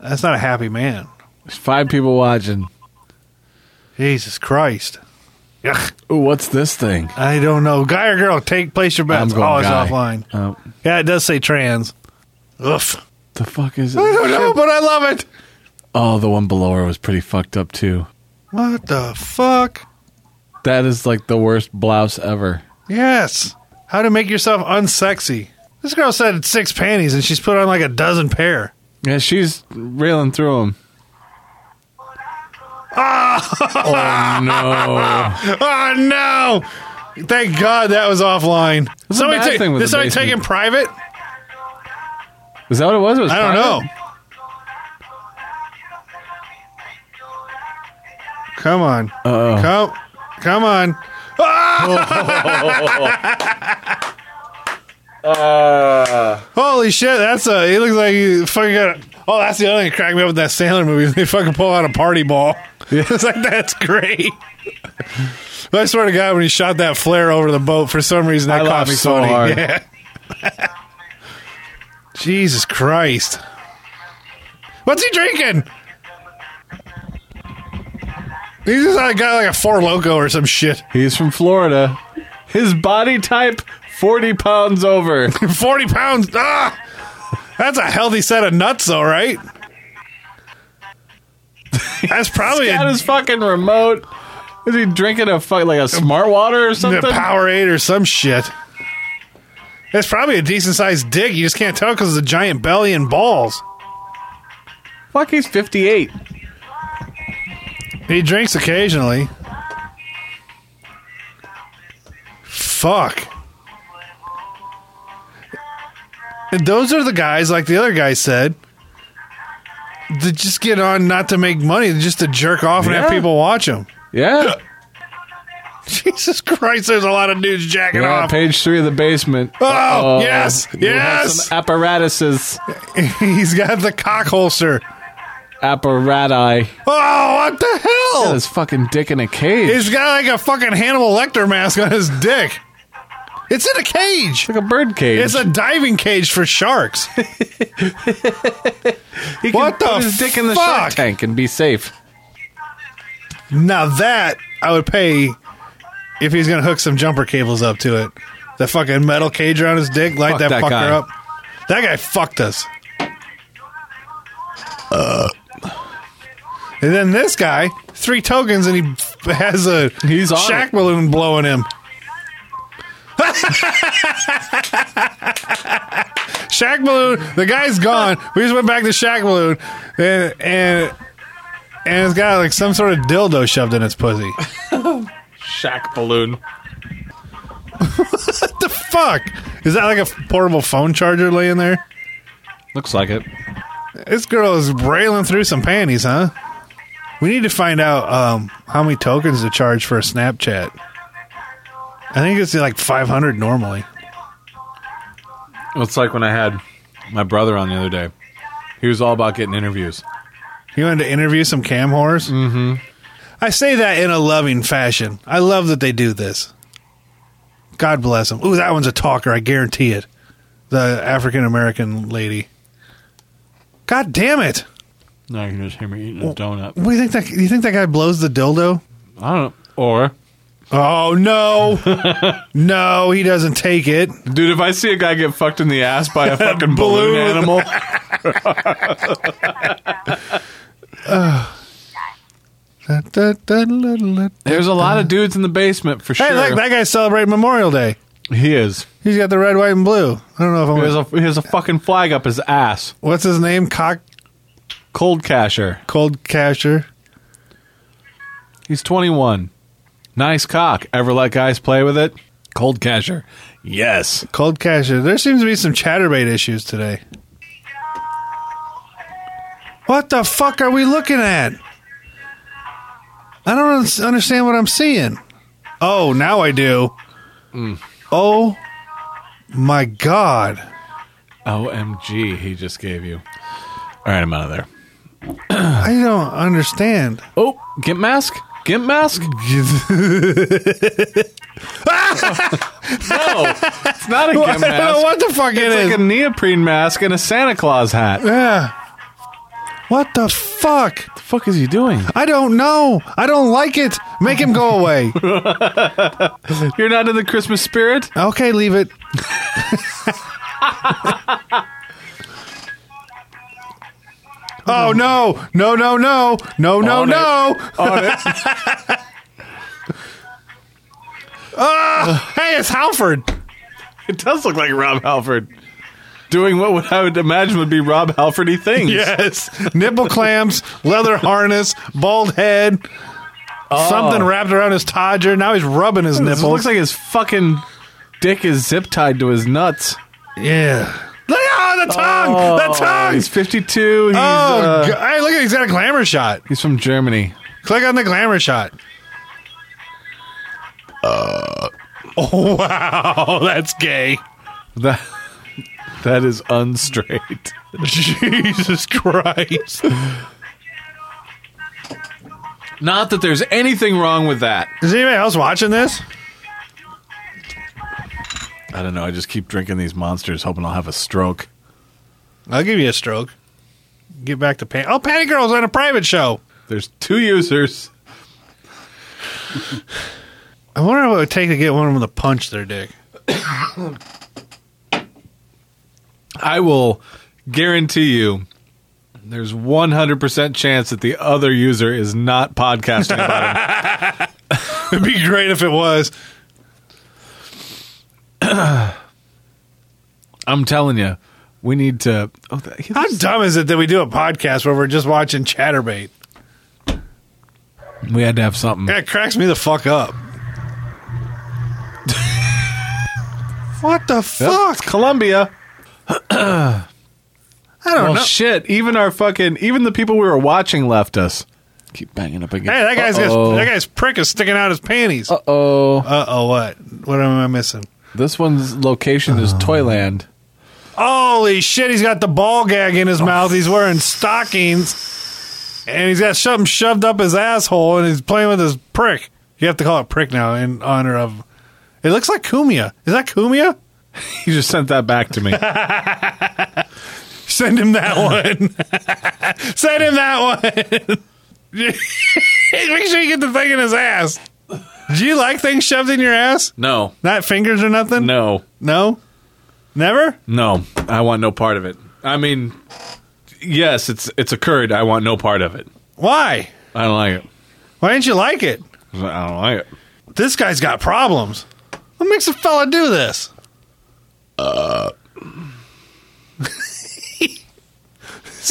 D: that's not a happy man.
B: There's five people watching.
D: Jesus Christ! Yuck.
B: Ooh, what's this thing?
D: I don't know, guy or girl. Take place your bets.
B: I'm going
D: Oh, it's
B: guy.
D: offline.
B: Oh,
D: Yeah, it does say trans. Ugh.
B: the fuck is
D: I don't
B: it?
D: know, but I love it.
B: Oh, the one below her was pretty fucked up too.
D: What the fuck?
B: That is like the worst blouse ever.
D: Yes. How to make yourself unsexy? This girl said six panties, and she's put on like a dozen pair.
B: Yeah, she's railing through him. oh no!
D: Oh no! Thank God that was offline.
B: That's the bad
D: take-
B: thing with
D: did
B: the
D: somebody
B: basement.
D: take in private?
B: Is that what it was? It was
D: I don't
B: private?
D: know. Come on,
B: Uh-oh.
D: come, come on. Holy shit! That's a. He looks like he fucking got. A, oh, that's the other thing that cracked me up with that Sandler movie. They fucking pull out a party ball. it's like that's great. But I swear to God, when he shot that flare over the boat, for some reason that
B: I
D: caught
B: laughed
D: me
B: so
D: funny.
B: hard.
D: Yeah. Jesus Christ! What's he drinking? He's just like got like a four loco or some shit.
B: He's from Florida. His body type, 40 pounds over.
D: 40 pounds. Ah! That's a healthy set of nuts, though, right? That's probably
B: Got
D: a,
B: his fucking remote. Is he drinking a fuck like a smart water or
D: a
B: something?
D: Powerade or some shit. That's probably a decent sized dick. You just can't tell because of the giant belly and balls.
B: Fuck, he's 58.
D: He drinks occasionally. Fuck. And those are the guys, like the other guy said, that just get on not to make money, just to jerk off and have
B: Yeah.
D: people watch them.
B: Yeah.
D: Jesus Christ, there's a lot of dudes jacking
B: We're on
D: off.
B: page three of the basement.
D: Oh, yes,
B: You have
D: yes.
B: some apparatuses.
D: He's got the cock holster.
B: Apparati.
D: Oh, what the hell?
B: Got his fucking dick in a cage.
D: He's got like a fucking Hannibal Lecter mask on his dick. It's in a cage.
B: like a bird cage.
D: It's a diving cage for sharks.
B: he can
D: what
B: put
D: the
B: his dick in the
D: fuck?
B: shark tank and be safe.
D: now that I would pay if he's going to hook some jumper cables up to it. That fucking metal cage around his dick, light
B: Fuck
D: that,
B: that
D: fucker
B: guy.
D: up. That guy fucked us. And then this guy, three tokens, and he has a
B: He's on
D: shack
B: it.
D: balloon blowing him. shack balloon. The guy's gone. We just went back to shack balloon, and and and it's got like some sort of dildo shoved in its pussy.
B: Shack balloon.
D: What the fuck? Is that like a portable phone charger laying there?
B: Looks like it.
D: This girl is railing through some panties, huh? We need to find out um, how many tokens to charge for a Snapchat. I think it's like 500 normally.
B: It's like when I had my brother on the other day. He was all about getting interviews.
D: You wanted to interview some cam whores? Mm-hmm. I say that in a loving fashion. I love that they do this. God bless them. Ooh, that one's a talker. I guarantee it. The African American lady. God damn it!
B: Now you can just hear me eating a donut.
D: What do you think that? You think that guy blows the dildo?
B: I don't know. Or,
D: Oh no, no, he doesn't take it.
B: dude, if I see a guy get fucked in the ass by a fucking balloon
D: Balloon.
B: animal,
D: Da, da, da, la, la.
B: there's a lot of dudes in the basement for sure.
D: Hey, look, that guy's celebrating Memorial Day.
B: he is.
D: He's got the red, white, and blue. I don't know if I'm.
B: He has, a, he has a fucking flag up his ass.
D: what's his name? Cock
B: Cold casher.
D: cold casher.
B: He's 21. Nice cock. Ever let guys play with it? Cold casher. Yes.
D: Cold casher. There seems to be some chatterbait issues today. What the fuck are we looking at? I don't un- understand what I'm seeing. Oh, now I do.
B: Mm.
D: Oh my god.
B: OMG, he just gave you. All right, I'm out of there.
D: I don't understand.
B: Oh, gimp mask? Gimp mask? no, it's not a gimp
D: I
B: mask.
D: don't know what the fuck it
B: it's
D: is.
B: like a neoprene mask and a Santa Claus hat. What
D: yeah. What the fuck?
B: the fuck is he doing?
D: I don't know. I don't like it. Make him go away.
B: You're not in the Christmas spirit?
D: okay, leave it. oh no. No, no, no. No, no,
B: On Oh, it.
D: no. Ah, hey, it's Halford.
B: It does look like Rob Halford. Doing what would I would imagine would be Rob Halfordy things.
D: Yes. Nipple clamps, leather harness, bald head,
B: Oh.
D: something wrapped around his todger. Now he's rubbing his
B: This
D: nipples.
B: looks like his fucking dick is zip tied to his nuts.
D: yeah. Look oh, the tongue! the
B: Oh,
D: tongue!
B: he's 52. He's,
D: oh,
B: uh,
D: go- hey, look at he's got a glamour shot.
B: he's from Germany.
D: Click on the glamour shot. Oh, wow. That's gay.
B: That that is unstraight.
D: Jesus Christ.
B: Not that there's anything wrong with that.
D: Is anybody else watching this?
B: I don't know. I just keep drinking these monsters, hoping I'll have a stroke.
D: I'll give you a stroke. Get back to Patty. Oh, Patty Girl's on a private show.
B: There's two users.
D: I wonder what it would take to get one of them to punch their dick.
B: I will guarantee you. There's 100% chance that the other user is not podcasting about him.
D: It'd be great if it was.
B: I'm telling you, we need to. Oh, th- he
D: How
B: looks-
D: dumb is it that we do a podcast where we're just watching Chatterbait?
B: we had to have something.
D: That cracks me the fuck up. what the
B: Yep,
D: fuck?
B: it's Columbia.
D: I don't
B: Well,
D: know.
B: Oh, shit. Even our fucking, even the people we were watching left us. Keep banging up against.
D: hey, that guy's got, that guy's prick is sticking out his panties. Uh
B: oh.
D: oh, what? What am I missing?
B: This one's location is Toyland.
D: Holy shit! He's got the ball gag in his mouth. He's wearing stockings, and he's got something shoved up his asshole, and he's playing with his prick. You have to call it prick now in honor of. It looks like Kumia. Is that Kumia?
B: You just sent that back to me.
D: Send him that one. Send him that one. Make sure you get the thing in his ass. Do you like things shoved in your ass?
B: No,
D: Not fingers or nothing?
B: no,
D: No? Never?
B: no. I want no part of it. I mean, yes, it's it's occurred. I want no part of it.
D: Why?
B: I don't like it.
D: Why didn't you like it?
B: I don't like it.
D: This guy's got problems. What makes a fella do this? Uh. this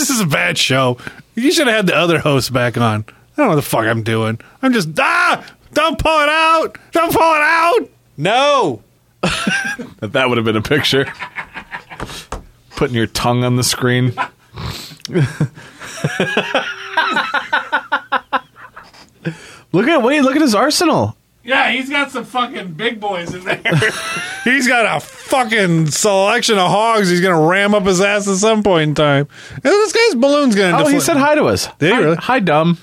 D: is a bad show. You should have had the other host back on. I don't know what the fuck I'm doing. I'm just ah. Don't pull it out. Don't pull it out. No.
B: That- That would have been a picture. Putting your tongue on the screen. look at wait, look at his arsenal.
D: Yeah, he's got some fucking big boys in there. he's got a fucking selection of hogs. He's gonna ram up his ass at some point in time. And this guy's balloon's gonna.
B: Oh, he
D: deflate.
B: said hi to us.
D: Did he
B: hi,
D: really?
B: hi, dumb.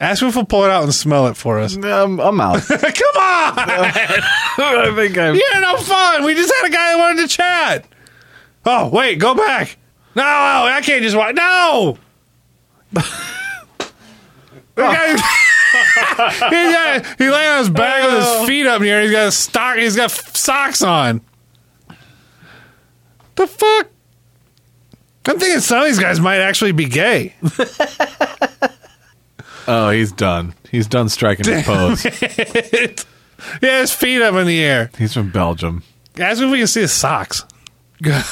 D: Ask him if he'll pull it out and smell it for us.
B: Um, I'm out.
D: Come on.
B: I think I'm.
D: You had no fun. We just had a guy that wanted to chat. Oh, wait, go back. No, I can't just watch. No. The guy- he got he lay on his back with his feet up in the air. He's got a stock. He's got f- socks on. The fuck. I'm thinking some of these guys might actually be gay.
B: Oh, he's done. He's done striking his pose.
D: yeah, his feet up in the air.
B: He's from Belgium.
D: Ask me if we can see his socks. God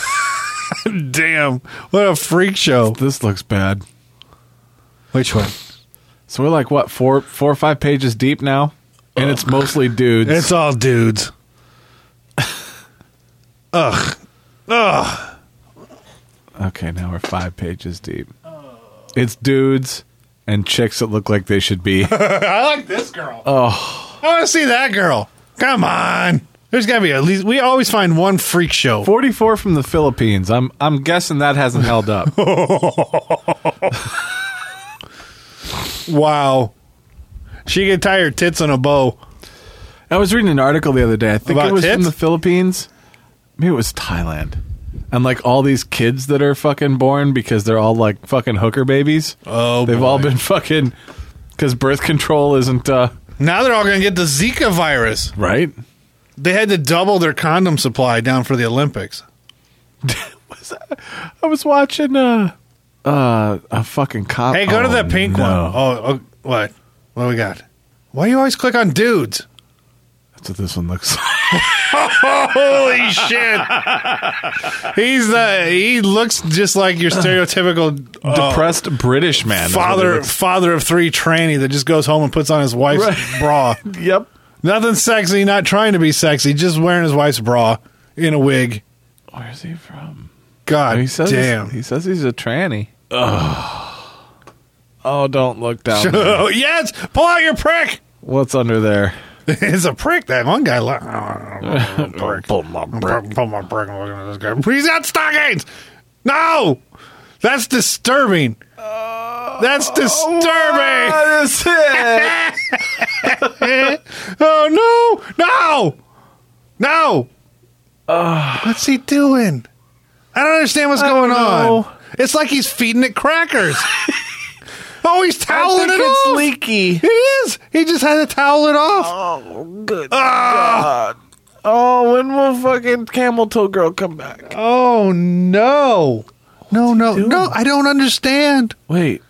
D: Damn. What a freak show.
B: This looks bad.
D: Which one?
B: So we're like what four, four or five pages deep now, and it's mostly dudes.
D: Oh. It's all dudes. Ugh. Ugh.
B: Okay, now we're five pages deep. It's dudes and chicks that look like they should be.
D: I like this girl. Oh. I want to see that girl. Come on. There's got to be at least, we always find one freak show.
B: Forty-four from the Philippines. I'm I'm guessing that hasn't held up.
D: Wow. She can tie her tits on a bow.
B: I was reading an article the other day. I think
D: About
B: it was from
D: tits?
B: the Philippines. Maybe it was Thailand. And like all these kids that are fucking born because they're all like fucking hooker babies.
D: Oh,
B: They've all
D: boy.
B: been fucking because birth control isn't uh,
D: Now they're all going to get the Zika virus.
B: right.
D: They had to double their condom supply down for the Olympics.
B: I was watching uh, uh, a fucking cop.
D: Hey, go to
B: oh,
D: that pink
B: no.
D: one. Oh, oh, what? What do we got? Why do you always click on dudes?
B: That's what this one looks like.
D: Holy shit! He's the he looks just like your stereotypical
B: Oh,
D: uh,
B: Depressed British man. is what it
D: father
B: looks-
D: father of three tranny that just goes home and puts on his wife's
B: Right.
D: bra.
B: Yep.
D: Nothing sexy, not trying to be sexy, just wearing his wife's bra in a wig.
B: Where's he from?
D: God
B: He says
D: damn!
B: He says he's a tranny. Oh, don't look down. there.
D: Oh yes, pull out your prick.
B: What's under there?
D: It's a prick. That one guy. Like, prick.
F: Pull my brick.
D: Put my brick and look at this guy. He's got stockings. No, that's disturbing.
B: Uh,
D: That's
B: oh
D: disturbing.
B: What is it?
D: Oh no, no, no. What's he doing? I don't understand what's going on.
B: know.
D: It's like he's feeding it crackers. oh, he's toweling it off.
B: leaky.
D: it is. He just had to towel it off.
B: Oh, when will fucking camel toe girl come back?
D: Oh no. No, no, no, I don't understand.
B: Wait.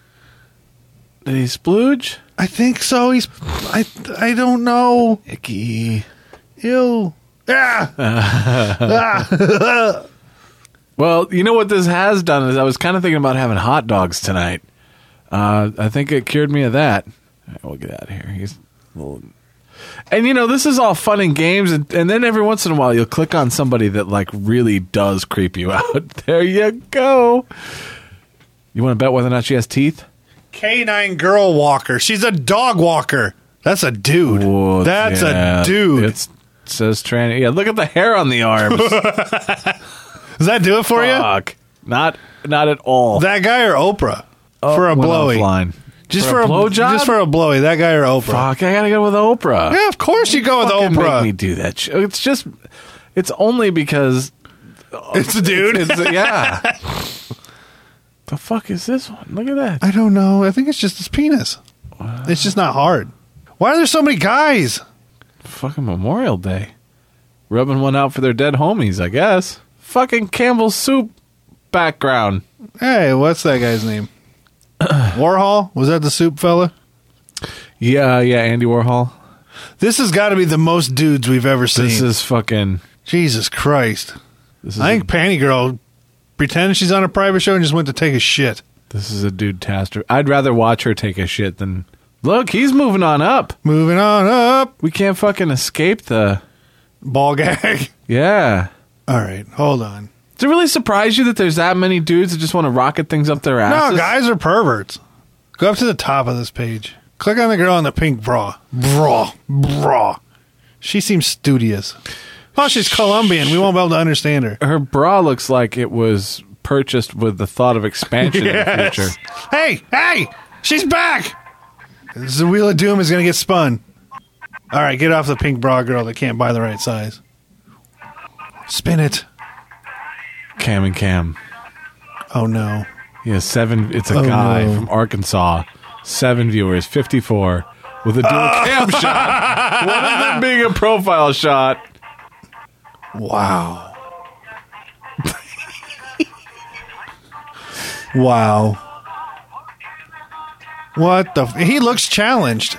B: Did he splooge?
D: I think so. He's I I don't know.
B: Icky.
D: Ew. Ah. Yeah.
B: Well, you know what this has done is I was kind of thinking about having hot dogs tonight. Uh, I think it cured me of that. All right, we'll get out of here. He's a little... And you know this is all fun and games, and, and then every once in a while you'll click on somebody that like really does creep you out. there you go. You want to bet whether or not she has teeth?
D: Canine girl walker. She's a dog walker. That's a dude.
B: Whoa,
D: That's
B: yeah.
D: a dude.
B: It's says tranny. Yeah, look at the hair on the arms.
D: Does that do it for you?
B: Fuck. Not not at all. Oh,
D: That guy or Oprah? for a
B: Went
D: blowy.
B: offline.
D: Just
B: For
D: for,
B: a
D: a,
B: blowjob?
D: Just for a blowy. That guy or Oprah?
B: Fuck, I gotta go with Oprah.
D: Yeah, of course you go with
B: fucking
D: Oprah.
B: make me do that. shit. It's just, it's only because
D: it's a dude.
B: it's yeah. The fuck is this one? Look at that.
D: I don't know. I think it's just his penis. It's just not hard. Why are there so many guys?
B: Fucking Memorial Day. Rubbing one out for their dead homies, I guess. Fucking Campbell's soup background.
D: Hey, what's that guy's name? Warhol? Was that the soup fella?
B: Yeah, yeah, Andy Warhol.
D: This has got to be the most dudes we've ever seen.
B: This is fucking.
D: Jesus Christ.
B: This is,
D: I think Panty Girl pretended she's on a private show and just went to take a shit.
B: a, this is a dude taster. I'd rather watch her take a shit than. Look, he's moving on up.
D: Moving on up.
B: We can't fucking escape the.
D: Ball gag.
B: Yeah.
D: All right, hold on.
B: Does it really surprise you that there's that many dudes that just want to rocket things up their asses?
D: No, guys are perverts. Go up to the top of this page. Click on the girl in the pink bra. Bra. Bra. She seems studious. Well, she's Colombian. We won't be able to understand her.
B: Her bra looks like it was purchased with the thought of expansion in the future.
D: Hey, hey, she's back. The wheel of doom is gonna get spun. All right, get off the pink bra girl that can't buy the right size. Spin it.
B: Cam and Cam.
D: Oh no.
B: Yeah, seven. It's a
D: Oh,
B: guy
D: no.
B: from Arkansas. Seven viewers, 54, with a dual
D: Ah.
B: cam shot. One of them being a profile shot.
D: Wow. wow. What the? F- he looks challenged.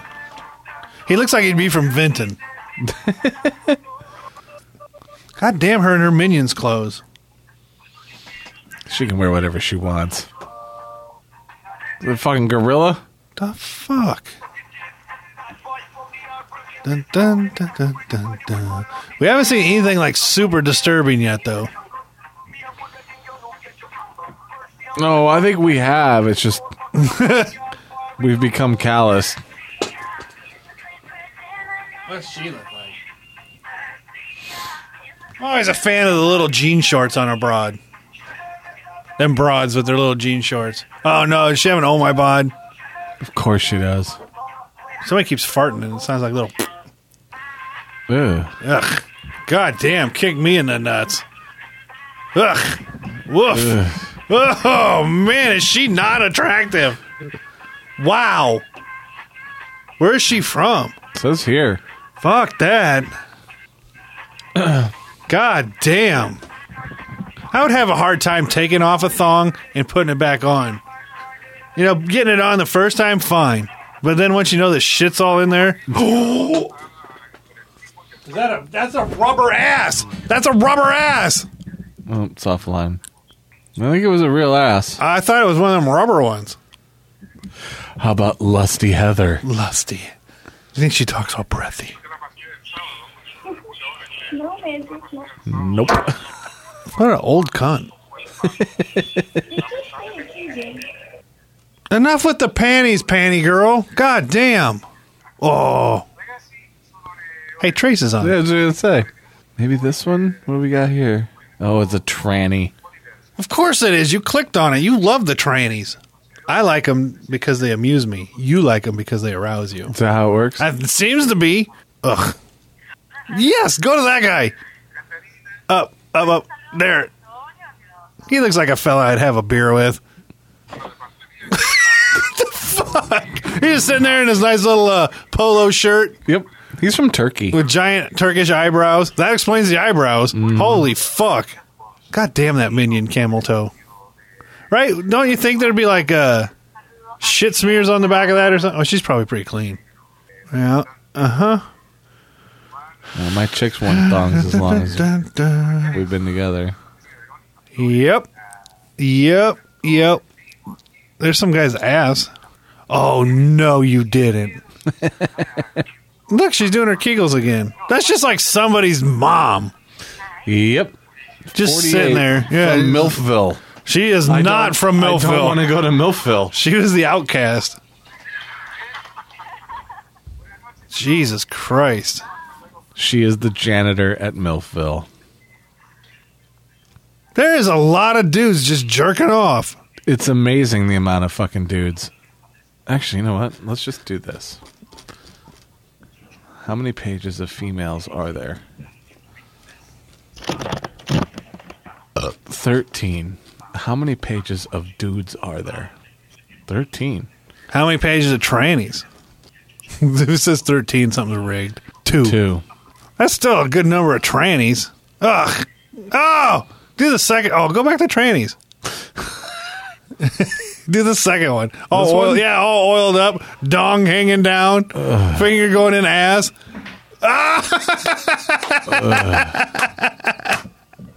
D: He looks like he'd be from Vinton. God damn her and her minions' clothes.
B: She can wear whatever she wants. The fucking gorilla.
D: The fuck? Dun, dun, dun, dun, dun, dun. We haven't seen anything like super disturbing yet, though.
B: No, I think we have. It's just we've become callous.
D: What's she look like? I'm always a fan of the little jean shorts on a broad. Them broads with their little jean shorts. Oh no, does she have an oh my bod?
B: Of course she does.
D: Somebody keeps farting and it sounds like little.
B: Ew.
D: Ugh. God damn, kick me in the nuts. Ugh. Woof. Oh man, is she not attractive? Wow. Where is she from?
B: says here.
D: Fuck that. God damn. I would have a hard time taking off a thong and putting it back on. You know, getting it on the first time, fine. But then once you know the shit's all in there, Is that a, that's a rubber ass. That's a rubber ass.
B: Oh, it's offline. I think it was a real ass.
D: I thought it was one of them rubber ones.
B: How about Lusty Heather?
D: Lusty. Do you think she talks all breathy?
G: No, man, it's not.
B: Nope.
D: What an old cunt.
G: It's just saying, TJ.
D: Enough with the panties, panty girl. God damn. Oh. Hey, Trace is on.
B: Yeah, that's what I was gonna say. Maybe this one. What do we got here? Oh, it's a tranny.
D: Of course it is. You clicked on it. You love the trannies. I like them because they amuse me. You like them because they arouse you.
B: Is that how it works?
D: That seems to be. Ugh. Yes, go to that guy. Up, up, up. There. He looks like a fella I'd have a beer with. the fuck? He's just sitting there in his nice little uh, polo shirt
B: yep. He's from Turkey.
D: with giant Turkish eyebrows. That explains the eyebrows. Holy fuck! God damn that minion camel toe. Right? Don't you think there'd be like uh, shit smears on the back of that or something? Oh, she's probably pretty clean. Yeah.
B: Uh, my chick's worn thongs as long as
D: Dun, dun.
B: we've been together.
D: Yep. Yep. Yep. There's some guy's ass. Oh no, you didn't. Look, she's doing her kegels again. That's just like somebody's mom.
B: Yep.
D: Just sitting there.
B: Yeah. From Milfville.
D: She is
B: I
D: not
B: don't-
D: from
B: I don't
D: Millville.
B: want to go to Milfville.
D: She was the outcast. Jesus Christ.
B: She is the janitor at Milfville.
D: There is a lot of dudes just jerking off.
B: It's amazing the amount of fucking dudes. Actually, you know what? Let's just do this. How many pages of females are there? Thirteen. How many pages of dudes are there? 13.
D: How many pages of trannies? Who says 13? Something's rigged. Two.
B: Two.
D: That's still a good number of trannies. Ugh. Oh, do the second. Oh, go back to trannies. do the second one. Oh,
B: This
D: oil,
B: one?
D: yeah, all oiled up, dong hanging down, finger going in ass. Ah!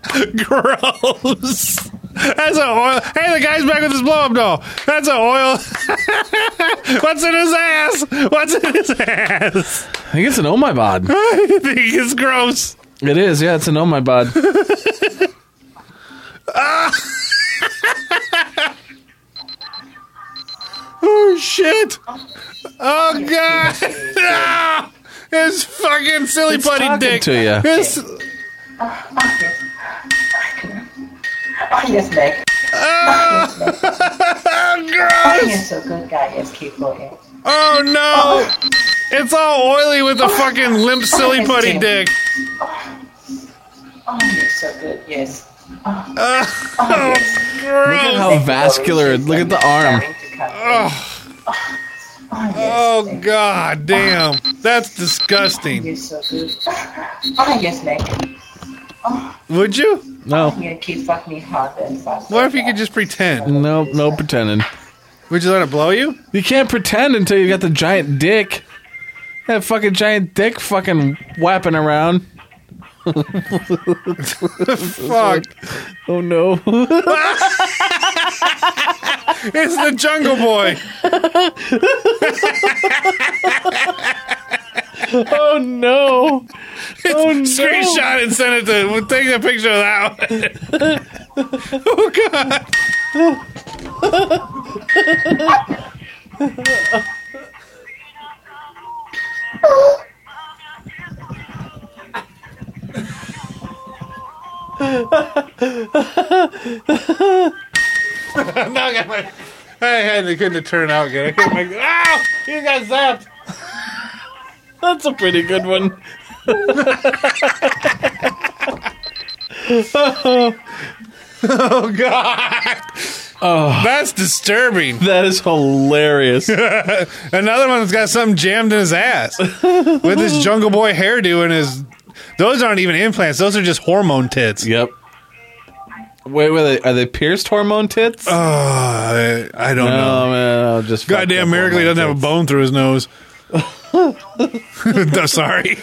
D: Gross. That's an oil. Hey, the guy's back with his blow up doll. That's an oil. What's in his ass? What's in his ass?
B: I think it's an oh my bod.
D: I think it's gross.
B: It is, yeah, it's an oh my bod.
D: Oh shit! Oh god! Ah! It's fucking Oh, silly
B: It's
D: putty
B: talking
D: dick.
B: to ya.
D: It's,
I: Onions make.
D: oh, gross!
I: Onions so good, guy. Yes, keep going.
D: Oh no! It's all oily with a fucking limp silly putty dick.
I: Onions Oh, so good. Yes.
D: Oh, gross!
B: How vascular. Look at the arm.
D: Oh god damn! That's disgusting.
I: Onions so good. Onions make.
D: Would you?
B: No.
I: You keep fuck me hard and fast.
D: What if you could just pretend?
B: No, no pretending.
D: Would you let it blow you?
B: You can't pretend until you got the giant dick. That fucking giant dick fucking whapping around.
D: Fuck!
B: Oh no.
D: It's the Jungle Boy.
B: oh no. Oh no.
D: Screenshot and send it to. We'll take a picture of that. One. oh god! no, I got my. I had it couldn't turn out good. I couldn't make. Ow! You got zapped.
B: That's a pretty good one.
D: Oh god!
B: Oh.
D: That's disturbing.
B: That is hilarious.
D: Another one's got something jammed in his ass with his Jungle Boy hairdo and his. Those aren't even implants. Those are just hormone tits.
B: yep. Wait, were they are they pierced hormone tits?
D: Uh, I, I don't know.
B: Oh man, I'll just fucked up
D: Goddamn miracle he
B: hormone
D: doesn't have a
B: tits.
D: bone through his nose. No, Sorry.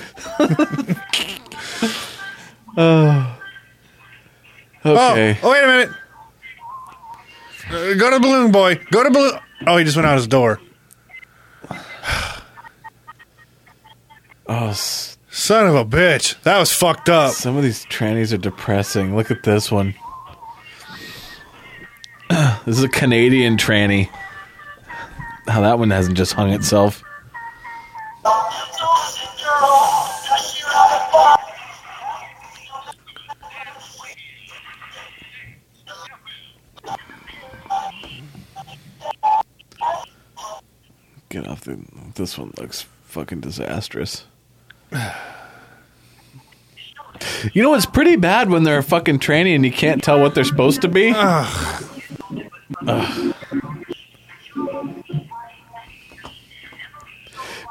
B: Okay.
D: Oh, oh, wait a minute. Uh, go to Balloon Boy. Go to Balloon. Oh, he just went out his door.
B: Oh, s-
D: Son of a bitch. That was fucked up.
B: some of these trannies are depressing. Look at this one. this is a Canadian tranny. How that one hasn't just hung itself. Get off the. This one looks fucking disastrous. You know, it's pretty bad when they're a fucking tranny and you can't tell what they're supposed to be. Ugh.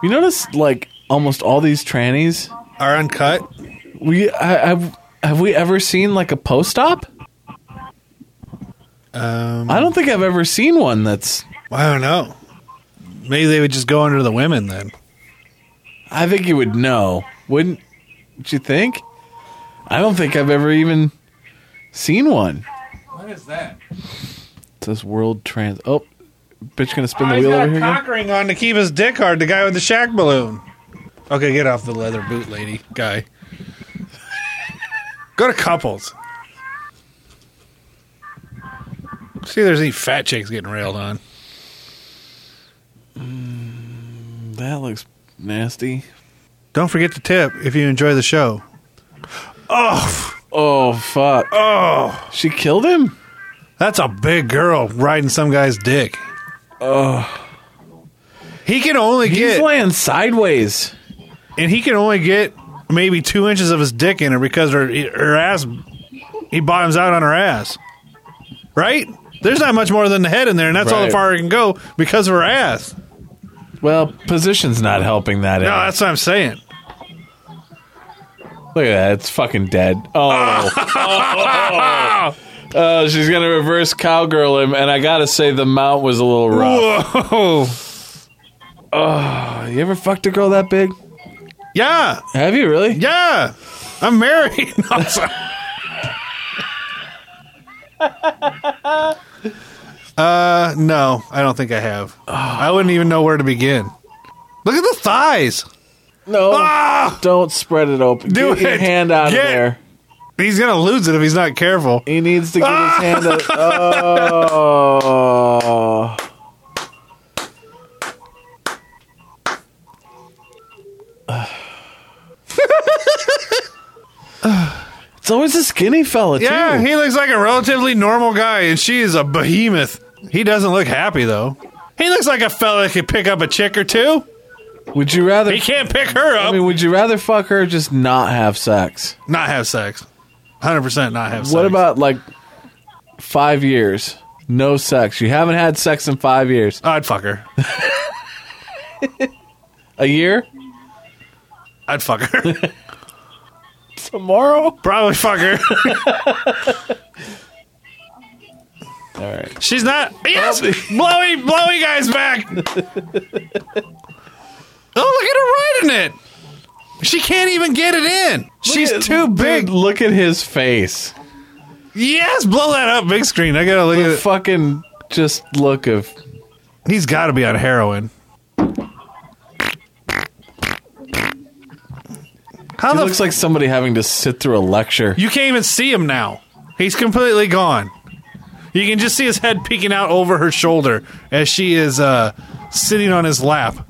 B: You notice, like, almost all these trannies.
D: Are uncut?
B: We I, I, have we ever seen like a post op?
D: Um,
B: I don't think I've ever seen one that's.
D: I don't know. Maybe they would just go under the women then.
B: I think you would know, wouldn't? Would you think? I don't think I've ever even seen one.
D: What is that?
B: It says World Trans. Oh, bitch, gonna spin
D: Oh,
B: the
D: he's
B: wheel
D: got
B: over
D: a
B: here again.
D: cock ring on to keep his dick hard. The guy with the shack balloon. Okay, get off the leather boot, lady guy. Go to couples. See, if there's any fat chicks getting railed on.
B: That looks nasty.
D: Don't forget to tip if you enjoy the show. Oh,
B: Oh fuck!
D: oh,
B: She killed him.
D: that's a big girl riding some guy's dick. Oh, he can only
B: He's
D: get
B: laying sideways.
D: and he can only get maybe two inches of his dick in her because her her ass he bottoms out on her ass right? There's not much more than the head in there, and that's all the
B: Right.
D: far it can go because of her ass.
B: Well, position's not helping that.
D: No,
B: out.
D: that's what I'm saying.
B: Look at that. It's fucking dead. Oh. Oh. Oh, she's going to reverse cowgirl him. And I got to say, the mount was a little rough.
D: Whoa.
B: You ever fucked a girl that big?
D: Yeah,
B: Have you really?
D: yeah. I'm married. No, I'm sorry. uh, no, I don't think I have. I wouldn't even know where to begin. Look at the thighs.
B: No.
D: Ah,
B: Don't spread it open.
D: Do
B: Get your
D: it.
B: hand out
D: Get-
B: of there.
D: he's gonna lose it if he's not careful.
B: He needs to get his hand out. Oh. it's always a skinny fella, too.
D: Yeah, he looks like a relatively normal guy, and she is a behemoth. He doesn't look happy though. He looks like a fella that could pick up a chick or two.
B: Would you rather?
D: He can't pick her up.
B: I mean, would you rather fuck her or just not have sex?
D: not have sex. Hundred percent not have sex.
B: What about like five years? No sex. You haven't had sex in five years.
D: I'd fuck her.
B: A year?
D: I'd fuck her.
B: Tomorrow?
D: Probably fuck her.
B: All right.
D: She's not. Yes, blowy, blowy guy's back. oh, look at her riding it. She can't even get it in. She's too big.
B: Look at his face.
D: Yes, blow that up, big screen. I gotta look at it.
B: Fucking just look of
D: He's got to be on heroin. How
B: He
D: the
B: looks like somebody having to sit through a lecture.
D: You can't even see him now. He's completely gone. You can just see his head peeking out over her shoulder as she is uh, sitting on his lap.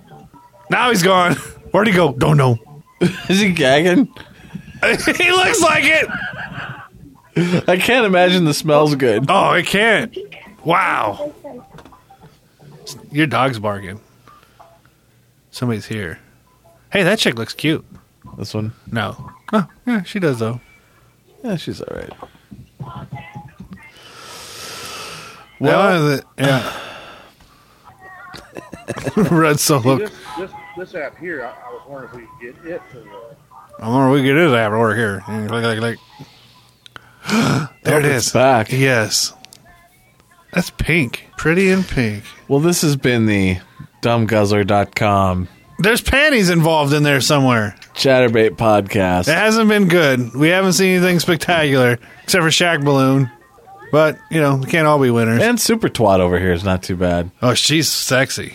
D: Now he's gone. Where'd he go? Don't know.
B: Is he gagging?
D: he looks like it.
B: I can't imagine the smell's good.
D: Oh, I can't. Wow. Your dog's barking. Somebody's here. Hey, that chick looks cute.
B: This one.
D: No. Oh, yeah, she does though.
B: Yeah, she's all right.
D: Well, yeah. Red Solo.
J: This, this, this app here, I, I was wondering if we could get it to work.
D: I wonder if we get it after over here. Click, click, click. there it
B: it's
D: is.
B: back.
D: Yes. That's pink. Pretty and pink.
B: Well, this has been the dumbguzzler.com
D: There's panties involved in there somewhere.
B: Chatterbait
D: It
B: podcast.
D: hasn't been good. We haven't seen anything spectacular except for Shaq Balloon. But, you know, we can't all be winners.
B: And Super Twat over here is not too bad.
D: Oh, she's sexy.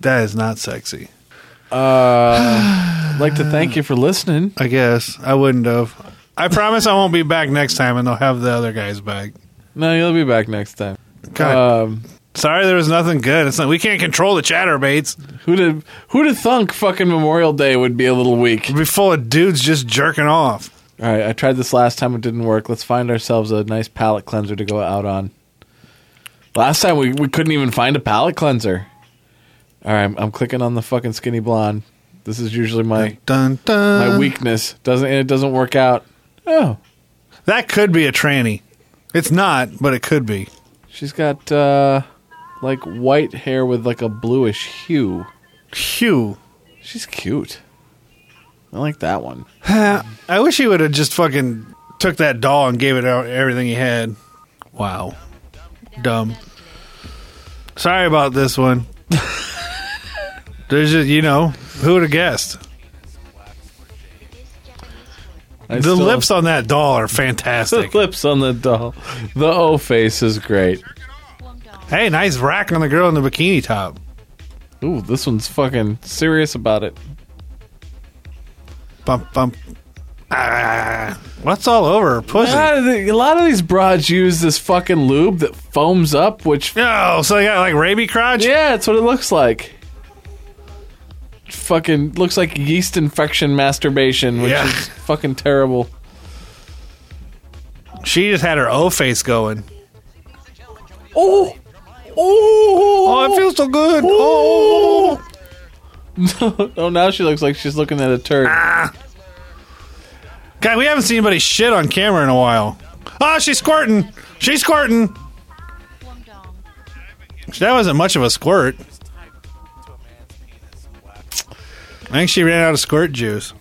D: That is not sexy.
B: I'd like to thank you for listening.
D: I guess. I wouldn't have. I promise I won't be back next time and they'll have the other guys back.
B: No, you'll be back next time.
D: God.
B: Um,
D: sorry there was nothing good. It's not, we can't control the chatterbaits.
B: who'd have, who'd have thunk fucking Memorial Day would be a little weak?
D: It'd be full of dudes just jerking off.
B: All right, I tried this last time. It didn't work. Let's find ourselves a nice palate cleanser to go out on. Last time we, we couldn't even find a palate cleanser. All right, I'm, I'm clicking on the fucking skinny blonde. This is usually my
D: Dun dun.
B: my weakness. Doesn't and it doesn't work out. Oh,
D: That could be a tranny. It's not, but it could be.
B: she's got uh, like white hair with like a bluish hue.
D: Phew.
B: She's cute. I like that one.
D: I wish he would have just fucking took that doll and gave it out everything he had. Wow. Dumb. Sorry about this one. There's just, you know, who would have guessed?
B: I
D: The
B: still-
D: lips on that doll are
B: the
D: fantastic.
B: lips on the doll. The O face is great.
D: hey, nice rack on the girl in the bikini top.
B: Ooh, this one's fucking serious about it.
D: Bump, bump. Ah, what's all over her pussy?
B: A lot, of the, a lot of these broads use this fucking lube that foams up, which
D: Oh, so they got like rabies crotch?
B: yeah, that's what it looks like. Fucking looks like yeast infection masturbation, which
D: Yeah.
B: is fucking terrible.
D: She just had her O face going.
B: Oh, oh,
D: Oh, it feels so good. Oh,
B: oh! Now she looks like she's looking at a turd.
D: God, we haven't seen anybody shit on camera in a while. Ah, she's squirting. She's squirting. That wasn't much of a squirt. I think she ran out of squirt juice.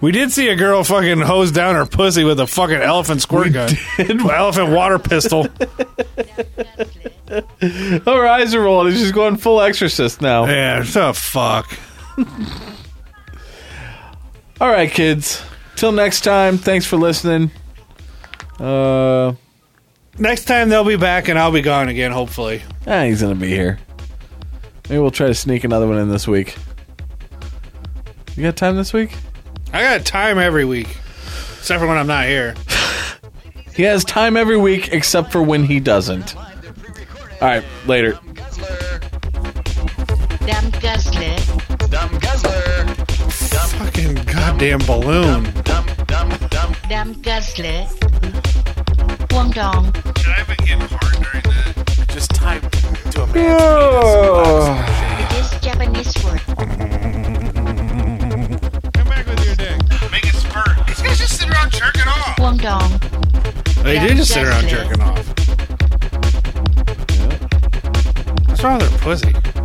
D: We did see a girl fucking hose down her pussy with a fucking elephant squirt gun. elephant water pistol.
B: Her eyes are rolling. She's going full exorcist now.
D: Yeah, the fuck.
B: All right, kids. Till next time. Thanks for listening. Uh,
D: Next time they'll be back and I'll be gone again, hopefully.
B: ah, he's gonna be here. Maybe we'll try to sneak another one in this week. You got time this week?
D: I got time every week, except for when I'm not here.
B: He has time every week except for when he doesn't. All right, later.
C: Dumb guzzler.
A: Dumb guzzler. Dumb,
D: Fucking goddamn balloon.
A: dumb, dumb, dumb.
C: Dumb guzzler. Wom dong.
E: Did I even get hard during that? I just typed to a man's
C: It is Japanese word.
E: Come back with your dick. Make it spurt. These guys just sit around jerking off.
C: Wom dong.
D: They do just sit around jerking off. What's wrong with their pussy?